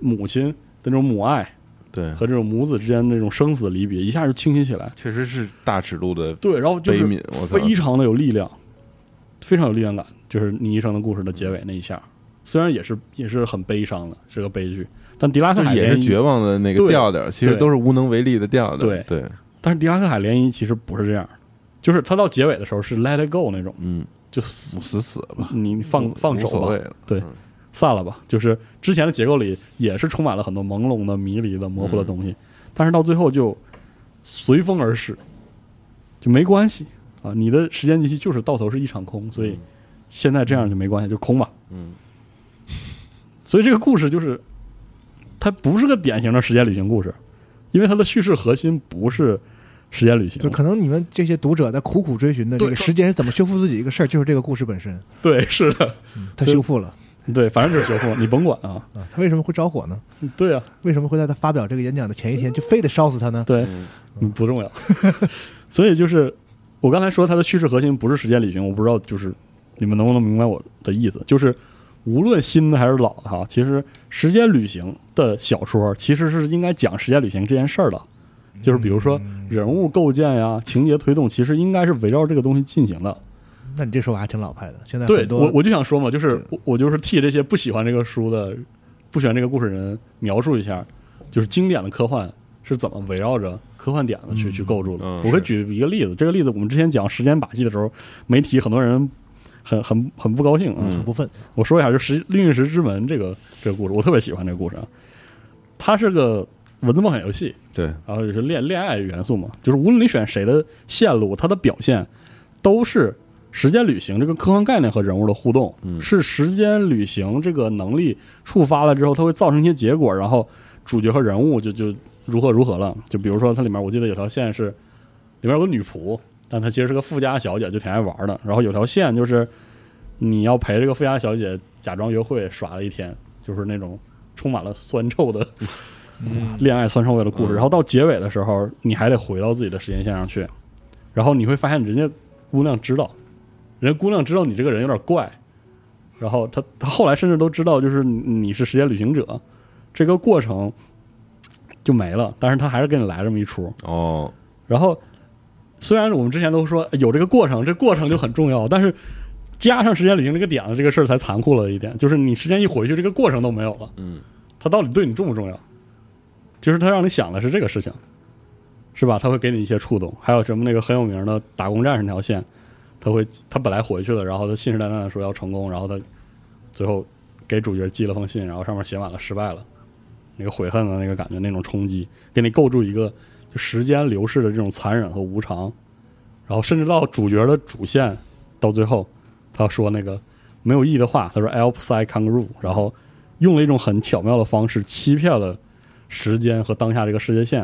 Speaker 4: 母亲的那种母爱
Speaker 6: 对，
Speaker 4: 和这种母子之间的那种生死离别，一下就清晰起来。
Speaker 6: 确实是大尺度的，
Speaker 4: 对，然后就是
Speaker 6: 悲悯我操
Speaker 4: 非常的有力量，非常有力量感，就是你一生的故事的结尾那一下，虽然也是也是很悲伤的，是个悲剧，但狄拉克
Speaker 6: 就
Speaker 4: 海
Speaker 6: 也
Speaker 4: 涟
Speaker 6: 是
Speaker 4: 漪
Speaker 6: 绝望的那个
Speaker 4: 对
Speaker 6: 调调，其实
Speaker 4: 对
Speaker 6: 都是无能为力的调调。
Speaker 4: 对
Speaker 6: 对，
Speaker 4: 但是狄拉克海涟漪其实不是这样的，就是他到结尾的时候是 Let it go 那种，
Speaker 6: 嗯，
Speaker 4: 就死
Speaker 6: 死死吧，
Speaker 4: 你放
Speaker 6: 无
Speaker 4: 放
Speaker 6: 无
Speaker 4: 手
Speaker 6: 所
Speaker 4: 吧
Speaker 6: 谓，了。
Speaker 4: 对，散了吧。就是之前的结构里也是充满了很多朦胧的、迷离的、模糊的东西，但是到最后就随风而逝，就没关系啊。你的时间机器就是到头是一场空，所以现在这样就没关系，就空吧。
Speaker 6: 嗯，
Speaker 4: 所以这个故事就是它不是个典型的时间旅行故事，因为它的叙事核心不是时间旅行
Speaker 5: 就，可能你们这些读者在苦苦追寻的这个
Speaker 4: 对
Speaker 5: 时间是怎么修复自己一个事儿，就是这个故事本身，
Speaker 4: 对，是的，
Speaker 5: 它修复了
Speaker 4: 对，反正就是修复，你甭管啊，
Speaker 5: 啊。他为什么会着火呢？
Speaker 4: 对啊，
Speaker 5: 为什么会在他发表这个演讲的前一天就非得烧死他呢？
Speaker 4: 对，嗯不重要。 所以就是我刚才说它的叙事核心不是时间旅行，我不知道就是你们能不能明白我的意思，就是无论新的还是老的哈，其实时间旅行的小说其实是应该讲时间旅行这件事儿的，就是比如说人物构建呀、情节推动，其实应该是围绕这个东西进行的。
Speaker 5: 那你这说法还挺老派的。现在
Speaker 4: 对
Speaker 5: 很多
Speaker 4: 我我就想说嘛，就是我我就是替这些不喜欢这个书的、不喜欢这个故事的人描述一下，就是经典的科幻是怎么围绕着科幻点子去、去构筑的。
Speaker 6: 嗯
Speaker 4: 我会
Speaker 6: 是
Speaker 4: 举一个例子，这个例子我们之前讲时间把戏的时候，媒体很多人很很很不高兴啊。
Speaker 6: 嗯
Speaker 5: 很不忿，
Speaker 4: 我说一下，就《时绿石之门》这个这个故事，我特别喜欢这个故事啊。它是个文字冒险游戏，
Speaker 6: 对，
Speaker 4: 然后也是恋恋爱元素嘛，就是无论你选谁的线路，它的表现都是时间旅行这个科幻概念和人物的互动，
Speaker 6: 嗯
Speaker 4: 是时间旅行这个能力触发了之后，它会造成一些结果，然后主角和人物就就如何如何了。就比如说它里面我记得有条线是里面有个女仆，但她其实是个富家小姐，就挺爱玩的。然后有条线就是你要陪这个富家小姐假装约会耍了一天，就是那种充满了酸臭的恋爱酸臭味的故事。然后到结尾的时候，你还得回到自己的时间线上去，然后你会发现人家姑娘知道，人家姑娘知道你这个人有点怪，然后她她后来甚至都知道就是你你是时间旅行者，这个过程就没了，但是她还是给你来这么一出。
Speaker 6: 哦，
Speaker 4: 然后虽然我们之前都说有这个过程，这过程就很重要，但是加上时间旅行这个点子，这个事儿才残酷了一点，就是你时间一回去，这个过程都没有了。
Speaker 6: 嗯，
Speaker 4: 它到底对你重不重要？就是它让你想的是这个事情，是吧？它会给你一些触动。还有什么那个很有名的打工战士那条线，他会他本来回去了，然后他信誓旦旦的说要成功，然后他最后给主角寄了封信，然后上面写满了失败了，那个悔恨的那个感觉，那种冲击，给你构筑一个就时间流逝的这种残忍和无常，然后甚至到主角的主线，到最后他说那个没有意义的话，他说 “Alpside kangaroo”，然后用了一种很巧妙的方式欺骗了时间和当下这个世界线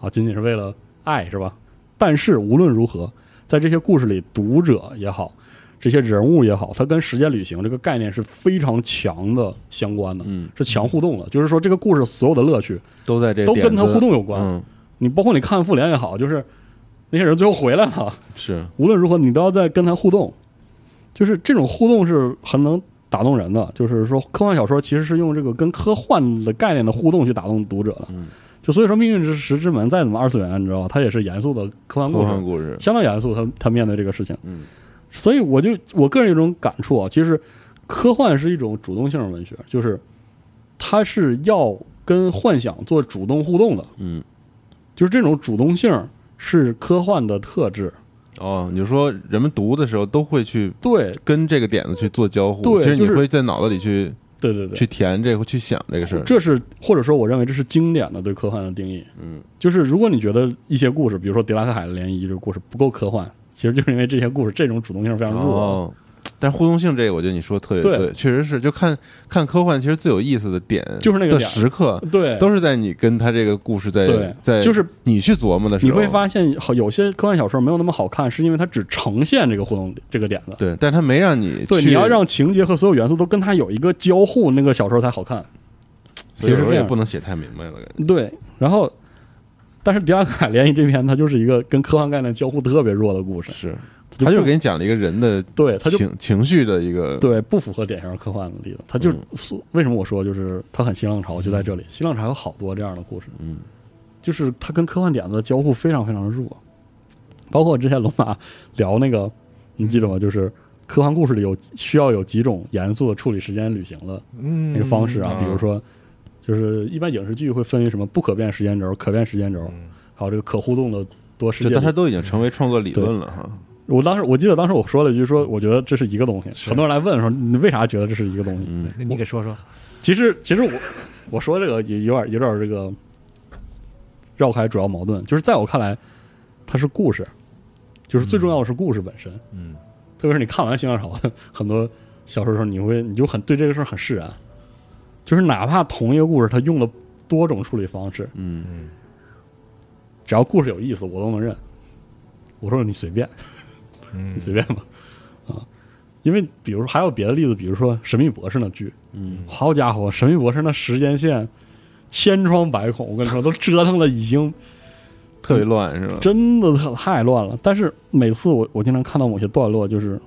Speaker 4: 啊，仅仅是为了爱是吧？但是无论如何，在这些故事里，读者也好，这些人物也好，它跟时间旅行这个概念是非常强的相关的，
Speaker 6: 嗯，
Speaker 4: 是强互动的。就是说，这个故事所有的乐趣
Speaker 6: 都在这个
Speaker 4: 都跟
Speaker 6: 点
Speaker 4: 它
Speaker 6: 子
Speaker 4: 互动有关。
Speaker 6: 嗯，
Speaker 4: 你包括你看复联也好，就是那些人最后回来了，
Speaker 6: 是，
Speaker 4: 无论如何你都要在跟他互动，就是这种互动是很能打动人的。就是说，科幻小说其实是用这个跟科幻的概念的互动去打动读者的。
Speaker 6: 嗯
Speaker 4: 就所以说，《命运之石之门》再怎么二次元，你知道吧？它也是严肃的科幻故
Speaker 6: 科
Speaker 4: 事，
Speaker 6: 幻故事，
Speaker 4: 相当严肃。他他面对这个事情，
Speaker 6: 嗯
Speaker 4: 所以我就我个人有种感触啊，其实科幻是一种主动性的文学，就是它是要跟幻想做主动互动的。
Speaker 6: 嗯，
Speaker 4: 就是这种主动性是科幻的特质。
Speaker 6: 哦，你就说人们读的时候都会去
Speaker 4: 对，
Speaker 6: 跟这个点子去做交互，
Speaker 4: 对
Speaker 6: 其实你
Speaker 4: 就是
Speaker 6: 会在脑子里去
Speaker 4: 对对对，
Speaker 6: 去填这个，去想这个事儿，
Speaker 4: 这是或者说我认为这是经典的对科幻的定义。
Speaker 6: 嗯，
Speaker 4: 就是如果你觉得一些故事，比如说《狄拉克海的涟漪》这个故事不够科幻，其实就是因为这些故事这种主动性非常弱。
Speaker 6: 哦，但互动性这个，我觉得你说得特别
Speaker 4: 对
Speaker 6: 对，确实是。就看看科幻，其实最有意思的点
Speaker 4: 就是那个
Speaker 6: 的
Speaker 4: 点儿
Speaker 6: 时刻，
Speaker 4: 对，
Speaker 6: 都是在你跟他这个故事在
Speaker 4: 对
Speaker 6: 在
Speaker 4: 就是
Speaker 6: 你去琢磨的时候，
Speaker 4: 你会发现好有些科幻小说没有那么好看，是因为它只呈现这个互动这个点子。
Speaker 6: 对，但他没让你
Speaker 4: 对，
Speaker 6: 去
Speaker 4: 你要让情节和所有元素都跟它有一个交互，那个小说才好看。
Speaker 6: 所以有时
Speaker 4: 其实是
Speaker 6: 候
Speaker 4: 这
Speaker 6: 也
Speaker 4: 样
Speaker 6: 不能写太明白了，感觉
Speaker 4: 对，然后，但是迪亚凯联谊这篇，它就是一个跟科幻概念交互特别弱的故事，
Speaker 6: 是，
Speaker 4: 就
Speaker 6: 他就是
Speaker 4: 不
Speaker 6: 给你讲了一个人的
Speaker 4: 对，它就
Speaker 6: 情情绪的一个
Speaker 4: 对不符合典型科幻的例子，它就是、
Speaker 6: 嗯
Speaker 4: 为什么我说就是它很新浪潮，就在这里，新浪潮有好多这样的故事，
Speaker 6: 嗯，
Speaker 4: 就是它跟科幻点子的交互非常非常弱，包括之前龙马聊那个，你记得吗？就是科幻故事里有需要有几种严肃的处理时间旅行的
Speaker 5: 嗯，
Speaker 4: 那个方式啊，
Speaker 6: 嗯
Speaker 4: 比如说，就是一般影视剧会分为什么不可变时间轴、可变时间轴，还有这个可互动的多世
Speaker 6: 这
Speaker 4: 界
Speaker 6: 但
Speaker 4: 里
Speaker 6: 他都已经成为创作理论了哈。
Speaker 4: 我当时我记得当时我说了一句说，我觉得这是一个东西。很多人来问说，你为啥觉得这是一个东西？
Speaker 6: 嗯，
Speaker 5: 那你给说说，
Speaker 4: 其实其实我我说这个也有点有点这个绕开主要矛盾，就是在我看来，它是故事，就是最重要的是故事本身。
Speaker 5: 嗯，
Speaker 4: 特别是你看完《新浪潮》的很多小说的时候，你会你就很对这个事儿很释然，就是哪怕同一个故事，它用了多种处理方式，
Speaker 6: 嗯，
Speaker 4: 只要故事有意思，我都能认。我说你随便， 你随便吧，啊，因为比如说还有别的例子，比如说《神秘博士》那剧，嗯，好家伙，《神秘博士》那时间线千疮百孔，我跟你说都折腾的已经
Speaker 6: 特别乱是吧？
Speaker 4: 真的太太乱了。但是每次我我经常看到某些段落，就是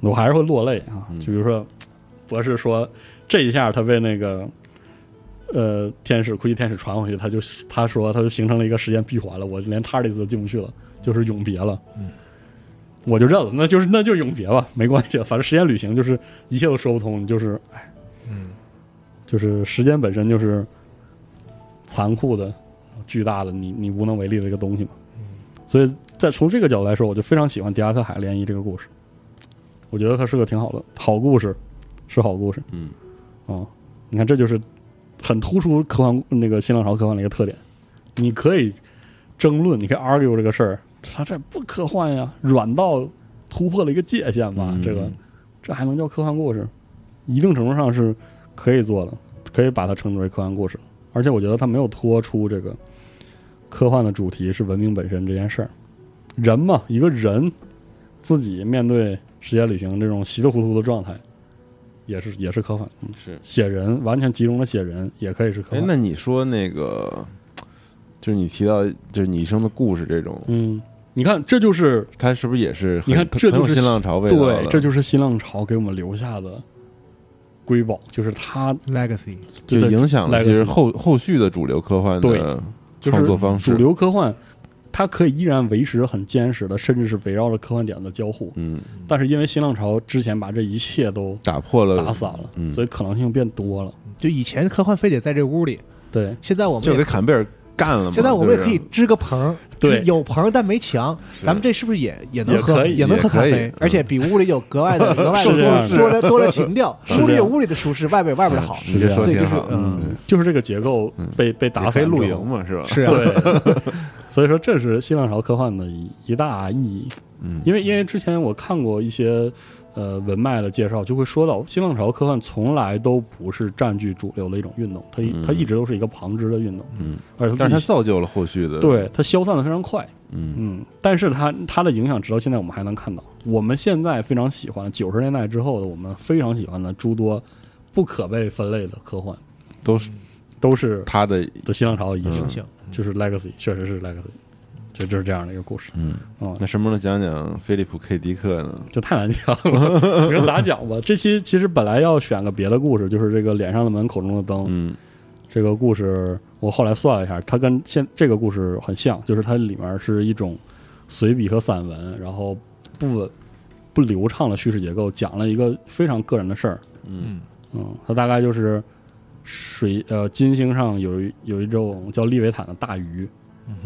Speaker 4: 我还是会落泪啊。就比如说，博士说这一下他被那个呃天使哭泣天使传回去，他就他说他就形成了一个时间闭环了，我连 TARDIS 都进不去了，就是永别了。我就认了，那就是那就永别吧，没关系，反正时间旅行就是一切都说不通，就是哎，就是时间本身就是残酷的、巨大的，你你无能为力的一个东西嘛。所以在从这个角度来说，我就非常喜欢迪亚克海联谊这个故事，我觉得它是个挺好的好故事，是好故事。
Speaker 6: 嗯，
Speaker 4: 啊，你看这就是很突出科幻那个新浪潮科幻的一个特点，你可以争论，你可以 argue 这个事儿，它这不科幻呀，软到突破了一个界限吧？
Speaker 6: 嗯
Speaker 4: 这个这还能叫科幻故事？一定程度上是可以做的，可以把它称之为科幻故事。而且我觉得它没有脱出这个科幻的主题是文明本身这件事儿。人嘛，一个人自己面对时间旅行这种稀里糊涂的状态，也是也是科幻。嗯，
Speaker 6: 是
Speaker 4: 写人完全集中了写人，也可以是科
Speaker 6: 哎
Speaker 4: 幻。，
Speaker 6: 那你说那个，就是你提到就是你一生的故事这种，
Speaker 4: 嗯，你看，这就是
Speaker 6: 它是不是也是很
Speaker 4: 你看
Speaker 6: 很
Speaker 4: 这就是
Speaker 6: 很有新浪潮味道的
Speaker 4: 对，这就是新浪潮给我们留下的瑰宝，就是它
Speaker 5: legacy，
Speaker 6: 就
Speaker 4: 对
Speaker 6: 影响了就是
Speaker 4: ，legacy
Speaker 6: 后后续的主流科幻的
Speaker 4: 对就是
Speaker 6: 创作方式。
Speaker 4: 主流科幻，它可以依然维持很坚实的，甚至是围绕着科幻点的交互。
Speaker 6: 嗯，
Speaker 4: 但是因为新浪潮之前把这一切都
Speaker 6: 打破了
Speaker 4: 打散了，
Speaker 6: 嗯
Speaker 4: 所以可能性变多了。
Speaker 5: 就以前科幻非得在这屋里，
Speaker 4: 对，
Speaker 5: 现在我们
Speaker 6: 就
Speaker 5: 也
Speaker 6: 给坎贝尔干了嘛。
Speaker 5: 现在我们也可以
Speaker 6: 就是
Speaker 5: 支个棚，
Speaker 4: 对
Speaker 5: 就是有棚但没墙，
Speaker 6: 是
Speaker 5: 咱们这是不是也也能
Speaker 4: 也
Speaker 5: 喝
Speaker 4: 可以
Speaker 5: 也能喝
Speaker 6: 也
Speaker 5: 咖
Speaker 6: 可以
Speaker 5: 啡
Speaker 6: 嗯，
Speaker 5: 而且比屋里有格 外的格外的
Speaker 4: 是这 样的
Speaker 5: 多多了多了情调，
Speaker 4: 这样
Speaker 5: 屋里有屋里的舒适，外边有外边的好，
Speaker 6: 你这说
Speaker 5: 所
Speaker 6: 得
Speaker 5: 以就
Speaker 6: 挺
Speaker 5: 是
Speaker 6: 好，
Speaker 5: 嗯，
Speaker 6: 对，
Speaker 4: 就是这个结构被、被打
Speaker 6: 嗯也可以
Speaker 4: 散之后
Speaker 6: 露营嘛，是吧？
Speaker 5: 是啊，
Speaker 4: 对， 所以说这是新浪潮科幻的一一大意义。
Speaker 6: 嗯
Speaker 4: 因为因为之前我看过一些呃文脉的介绍，就会说到新浪潮科幻从来都不是占据主流的一种运动，它一、它一直都是一个旁支的运动，
Speaker 6: 嗯，
Speaker 4: 而且
Speaker 6: 但
Speaker 4: 它
Speaker 6: 是它
Speaker 4: 自己
Speaker 6: 造就了后续的，
Speaker 4: 对它消散的非常快，
Speaker 6: 嗯，
Speaker 4: 嗯，但是它它的影响直到现在我们还能看到，我们现在非常喜欢九十年代之后的我们非常喜欢的诸多不可被分类的科幻，
Speaker 6: 都是
Speaker 4: 都是
Speaker 6: 它的，
Speaker 4: 对新浪潮的遗
Speaker 5: 影
Speaker 4: 产，
Speaker 5: 响
Speaker 4: 就是 legacy，确实是 legacy，就就是这样的一个故事，
Speaker 6: 嗯，
Speaker 4: 嗯，
Speaker 6: 那什么时候能讲讲菲利普 K 迪克呢？
Speaker 4: 这太难讲了，你说咋讲吧？这期其实本来要选个别的故事，就是这个脸上的门，口中的灯。
Speaker 6: 嗯
Speaker 4: 这个故事我后来算了一下，它跟现这个故事很像，就是它里面是一种随笔和散文，然后不稳不流畅的叙事结构，讲了一个非常个人的事儿。
Speaker 6: 嗯
Speaker 4: 嗯，它大概就是水呃金星上有一有一种叫利维坦的大鱼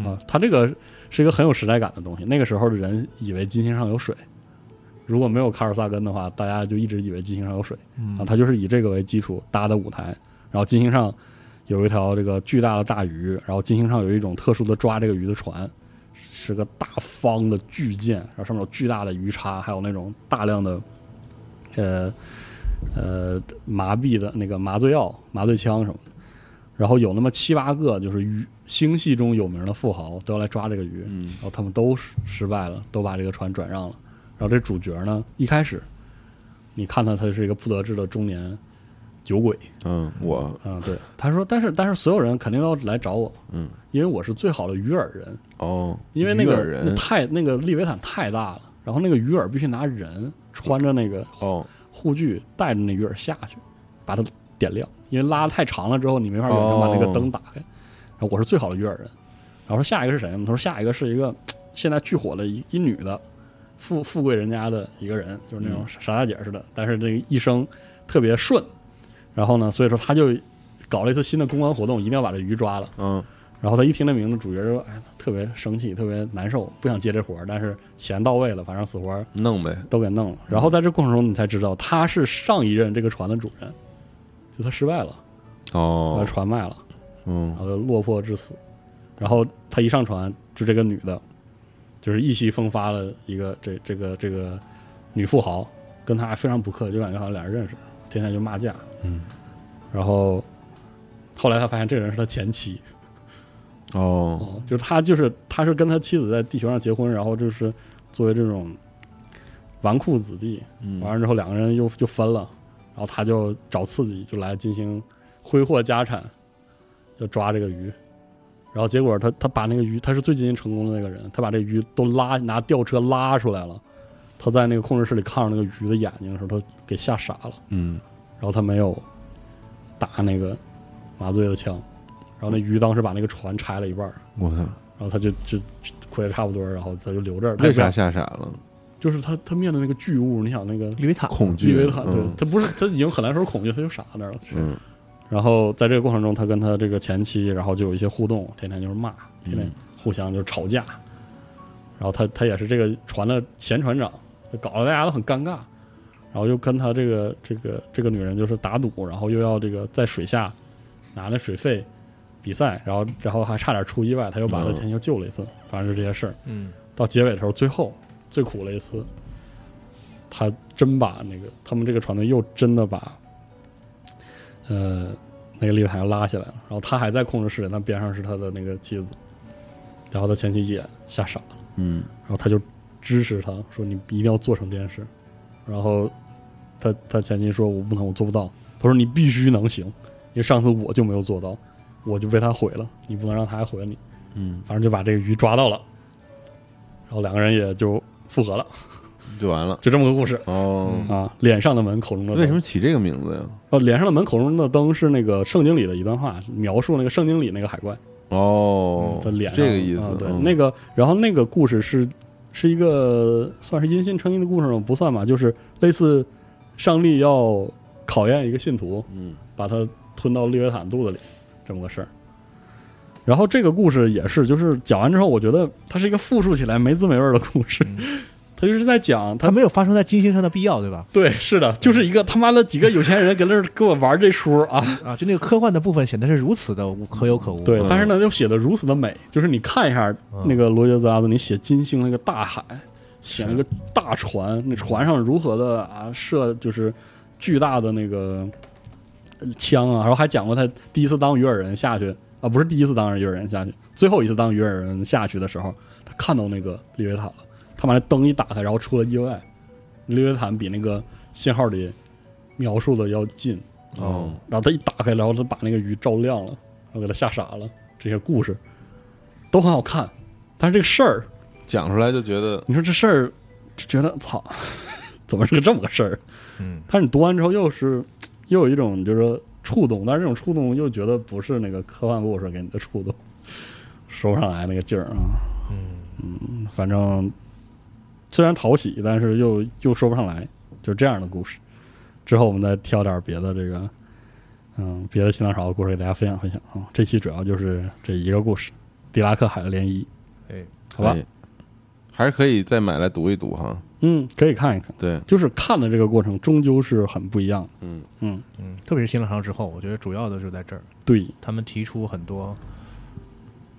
Speaker 4: 啊，它这个是一个很有时代感的东西。那个时候的人以为金星上有水，如果没有卡尔萨根的话，大家就一直以为金星上有水啊。它就是以这个为基础搭的舞台，然后金星上有一条这个巨大的大鱼，然后金星上有一种特殊的抓这个鱼的船。是个大方的巨舰，然后上面有巨大的鱼叉，还有那种大量的呃呃麻痹的那个麻醉药、麻醉枪什么的。然后有那么七八个就是鱼星系中有名的富豪都要来抓这个鱼，然后他们都失失败了，都把这个船转让了。然后这主角呢，一开始你看他他是一个不得志的中年酒鬼，
Speaker 6: 嗯，我
Speaker 4: 啊，对，他说，但是但是所有人肯定要来找我，嗯，因为我是最好的鱼饵人，
Speaker 6: 哦，
Speaker 4: 因为那个
Speaker 6: 鱼饵
Speaker 4: 那
Speaker 6: 人
Speaker 4: 太那个利维坦太大了，然后那个鱼饵必须拿人穿着那个
Speaker 6: 哦
Speaker 4: 护具带着那鱼饵下去，把它点亮，因为拉太长了之后你没法有人把那个灯打开。然后我是最好的鱼饵人，然后说下一个是谁呢？他说下一个是一个现在巨火的一一女的富富贵人家的一个人，就是那种傻大姐似的，但是这个一生特别顺。然后呢，所以说他就搞了一次新的公关活动，一定要把这鱼抓了。
Speaker 6: 嗯
Speaker 4: 然后他一听这名字，主角就哎特别生气，特别难受，不想接这活儿，但是钱到位了，反正死活儿
Speaker 6: 弄呗，
Speaker 4: 都给弄了。然后在这过程中，你才知道他是上一任这个船的主人，就他失败了，把
Speaker 6: 哦，
Speaker 4: 船卖了，
Speaker 6: 嗯
Speaker 4: 然后就落魄致死。然后他一上船，就这个女的，就是意气风发的一个这这个这个女富豪，跟他非常不客气，就感觉好像俩人认识，天天就骂架。嗯，然后后来他发现这个人是他前妻。
Speaker 6: 哦，
Speaker 4: 哦，就是他就是他是跟他妻子在地球上结婚，然后就是作为这种纨绔子弟，完了之后两个人又又分了，然后他就找刺激，就来进行挥霍家产，要抓这个鱼，然后结果他他把那个鱼，他是最接近成功的那个人，他把这鱼都拉拿吊车拉出来了，他在那个控制室里看着那个鱼的眼睛的时候，他给吓傻了。
Speaker 6: 嗯，
Speaker 4: 然后他没有打那个麻醉的枪，然后那鱼当时把那个船拆了一半儿，
Speaker 6: 我操，
Speaker 4: 然后他就就就亏的差不多，然后他就留这儿。他也
Speaker 6: 为
Speaker 4: 不
Speaker 6: 啥
Speaker 4: 想
Speaker 6: 吓傻了？
Speaker 4: 就是他他面对那个巨物，你想那个
Speaker 5: 利维坦
Speaker 6: 恐
Speaker 4: 利
Speaker 6: 惧，
Speaker 4: 维坦，对
Speaker 6: 嗯
Speaker 4: 他不是他已经很难说恐惧，他就傻那儿了。
Speaker 6: 嗯
Speaker 4: 然后在这个过程中，他跟他这个前妻，然后就有一些互动，天天就是骂，天
Speaker 6: 嗯
Speaker 4: 天互相就是吵架。然后他他也是这个船的前船长，就搞得大家都很尴尬。然后又跟他这个这个这个女人就是打赌，然后又要这个在水下拿那水费比赛，然后然后还差点出意外，他又把他前妻又救了一次。反正就这些事儿。
Speaker 5: 嗯，
Speaker 4: 到结尾的时候，最后最苦了一次，他真把那个他们这个船队又真的把呃，那个利塔又拉起来了，然后他还在控制室里，但边上是他的那个妻子，然后他前妻也吓傻了，
Speaker 6: 嗯
Speaker 4: 然后他就支持他说你一定要做成这件事，然后他他前妻说我不能，我做不到，他说你必须能行，因为上次我就没有做到，我就被他毁了，你不能让他还毁了你，
Speaker 6: 嗯，
Speaker 4: 反正就把这个鱼抓到了，然后两个人也就复合了，
Speaker 6: 就完了。
Speaker 4: 就这么个故事
Speaker 6: 哦，
Speaker 4: 啊，脸上的门，口中的灯
Speaker 6: 为什么起这个名字呀？
Speaker 4: 呃，脸上的门口中的灯是那个圣经里的一段话，描述那个圣经里那个海怪
Speaker 6: 哦，
Speaker 4: 的嗯脸上、
Speaker 6: 这个意思
Speaker 4: 啊，对，
Speaker 6: 嗯
Speaker 4: 那个，然后那个故事是是一个算是因信称义的故事吗？不算吧，就是类似上帝要考验一个信徒，
Speaker 6: 嗯，
Speaker 4: 把他吞到利维坦肚子里这么个事儿。然后这个故事也是，就是讲完之后，我觉得它是一个复述起来没滋没味儿的故事，
Speaker 6: 嗯
Speaker 4: 它就是在讲
Speaker 5: 它没有发生在金星上的必要，对吧？
Speaker 4: 对，是的，就是一个他妈的几个有钱人搁那儿跟我玩这出啊，
Speaker 5: 啊，就那个科幻的部分显得是如此的无可有可无。哦
Speaker 4: 对
Speaker 6: 嗯，
Speaker 4: 但是呢，又写的如此的美，就是你看一下那个罗杰兹阿兹尼写金星那个大海，写了个大船，那船上如何的啊设就是巨大的那个呃枪啊，然后还讲过他第一次当鱼饵人下去啊，不是第一次当鱼饵人下去，最后一次当鱼饵人下去的时候，他看到那个利维坦了，他把那灯一打开，然后出了意外，利维坦比那个信号里描述的要近。
Speaker 6: 哦，
Speaker 4: 然后他一打开，然后他把那个鱼照亮了，然后给他吓傻了。这些故事都很好看，但是这个事儿，
Speaker 6: 讲出来就觉得
Speaker 4: 你说这事儿，就觉得操，怎么是个这么个事儿？
Speaker 5: 嗯，
Speaker 4: 但是你读完之后，又是又有一种就是说触动，但是这种触动又觉得不是那个科幻故事给你的触动，说不上来那个劲儿啊。嗯反正虽然讨喜，但是又又说不上来，就是这样的故事。之后我们再挑点别的这个，嗯，别的新浪潮的故事给大家分享分享啊。这期主要就是这一个故事，《狄拉克海的涟漪》，
Speaker 5: 哎，
Speaker 4: 好吧
Speaker 6: 哎？还是可以再买来读一读哈。
Speaker 4: 嗯，可以看一看。
Speaker 6: 对，
Speaker 4: 就是看的这个过程终究是很不一样的。
Speaker 6: 嗯
Speaker 4: 嗯，
Speaker 5: 嗯，特别是新浪潮之后，我觉得主要的就在这儿，
Speaker 4: 对，
Speaker 5: 他们提出很多，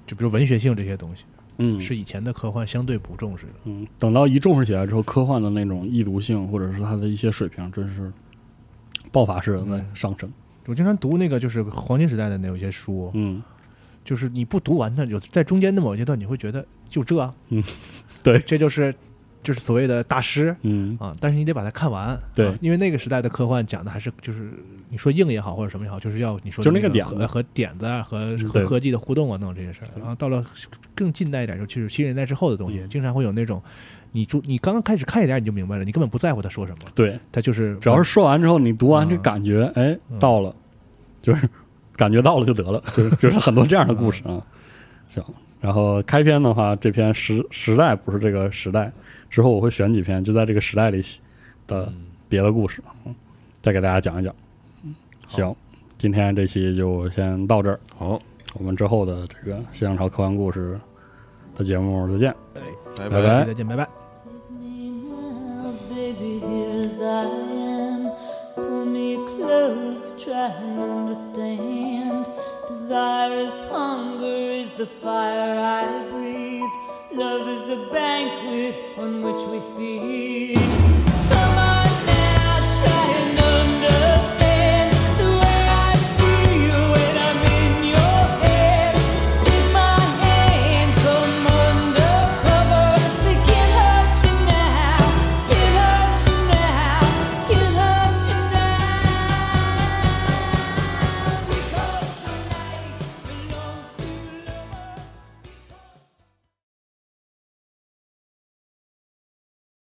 Speaker 5: 就比如文学性这些东西，
Speaker 4: 嗯，
Speaker 5: 是以前的科幻相对不重视的。
Speaker 4: 嗯，等到一重视起来之后，科幻的那种易读性或者是它的一些水平，真是爆发式的在上升。
Speaker 5: 我经常读那个就是黄金时代的那有些书，
Speaker 4: 嗯，
Speaker 5: 就是你不读完它，有在中间的某一阶段，你会觉得就这啊，
Speaker 4: 嗯，对
Speaker 5: 这就是就是所谓的大师
Speaker 4: 嗯，
Speaker 5: 啊，但是你得把它看完，
Speaker 4: 对
Speaker 5: 啊因为那个时代的科幻讲的还是就是你说硬也好或者什么也好，就是要你说
Speaker 4: 就
Speaker 5: 那
Speaker 4: 那个点
Speaker 5: 和
Speaker 4: 子嗯
Speaker 5: 和点子啊和
Speaker 4: 对
Speaker 5: 和科技的互动啊，弄这些事儿。然后到了更近代一点，就七十七十年代之后的东西，
Speaker 4: 嗯
Speaker 5: 经常会有那种你注你刚刚开始看一点你就明白了，你根本不在乎他说什么，
Speaker 4: 对，
Speaker 5: 他就是
Speaker 4: 只要是说完之后，你读完
Speaker 5: 嗯
Speaker 4: 这感觉，哎，
Speaker 5: 嗯
Speaker 4: 到了，就是感觉到了就得了，就是就是很多这样的故事啊。行，然后开篇的话，这篇时时代不是这个时代，之后我会选几篇就在这个时代里的别的故事，嗯再给大家讲一讲。行，今天这期就先到这儿，
Speaker 6: 好，
Speaker 4: 我们之后的这个新浪潮科幻故事的节目再见，
Speaker 6: 拜
Speaker 4: 拜
Speaker 6: 拜。
Speaker 5: 下
Speaker 4: 拜
Speaker 5: 期。再见，拜拜。
Speaker 3: Take me now, baby, here as I am. Pull me close, try and understand. Desire is hunger, is the fire I breathe. Love is a banquet on which we feed.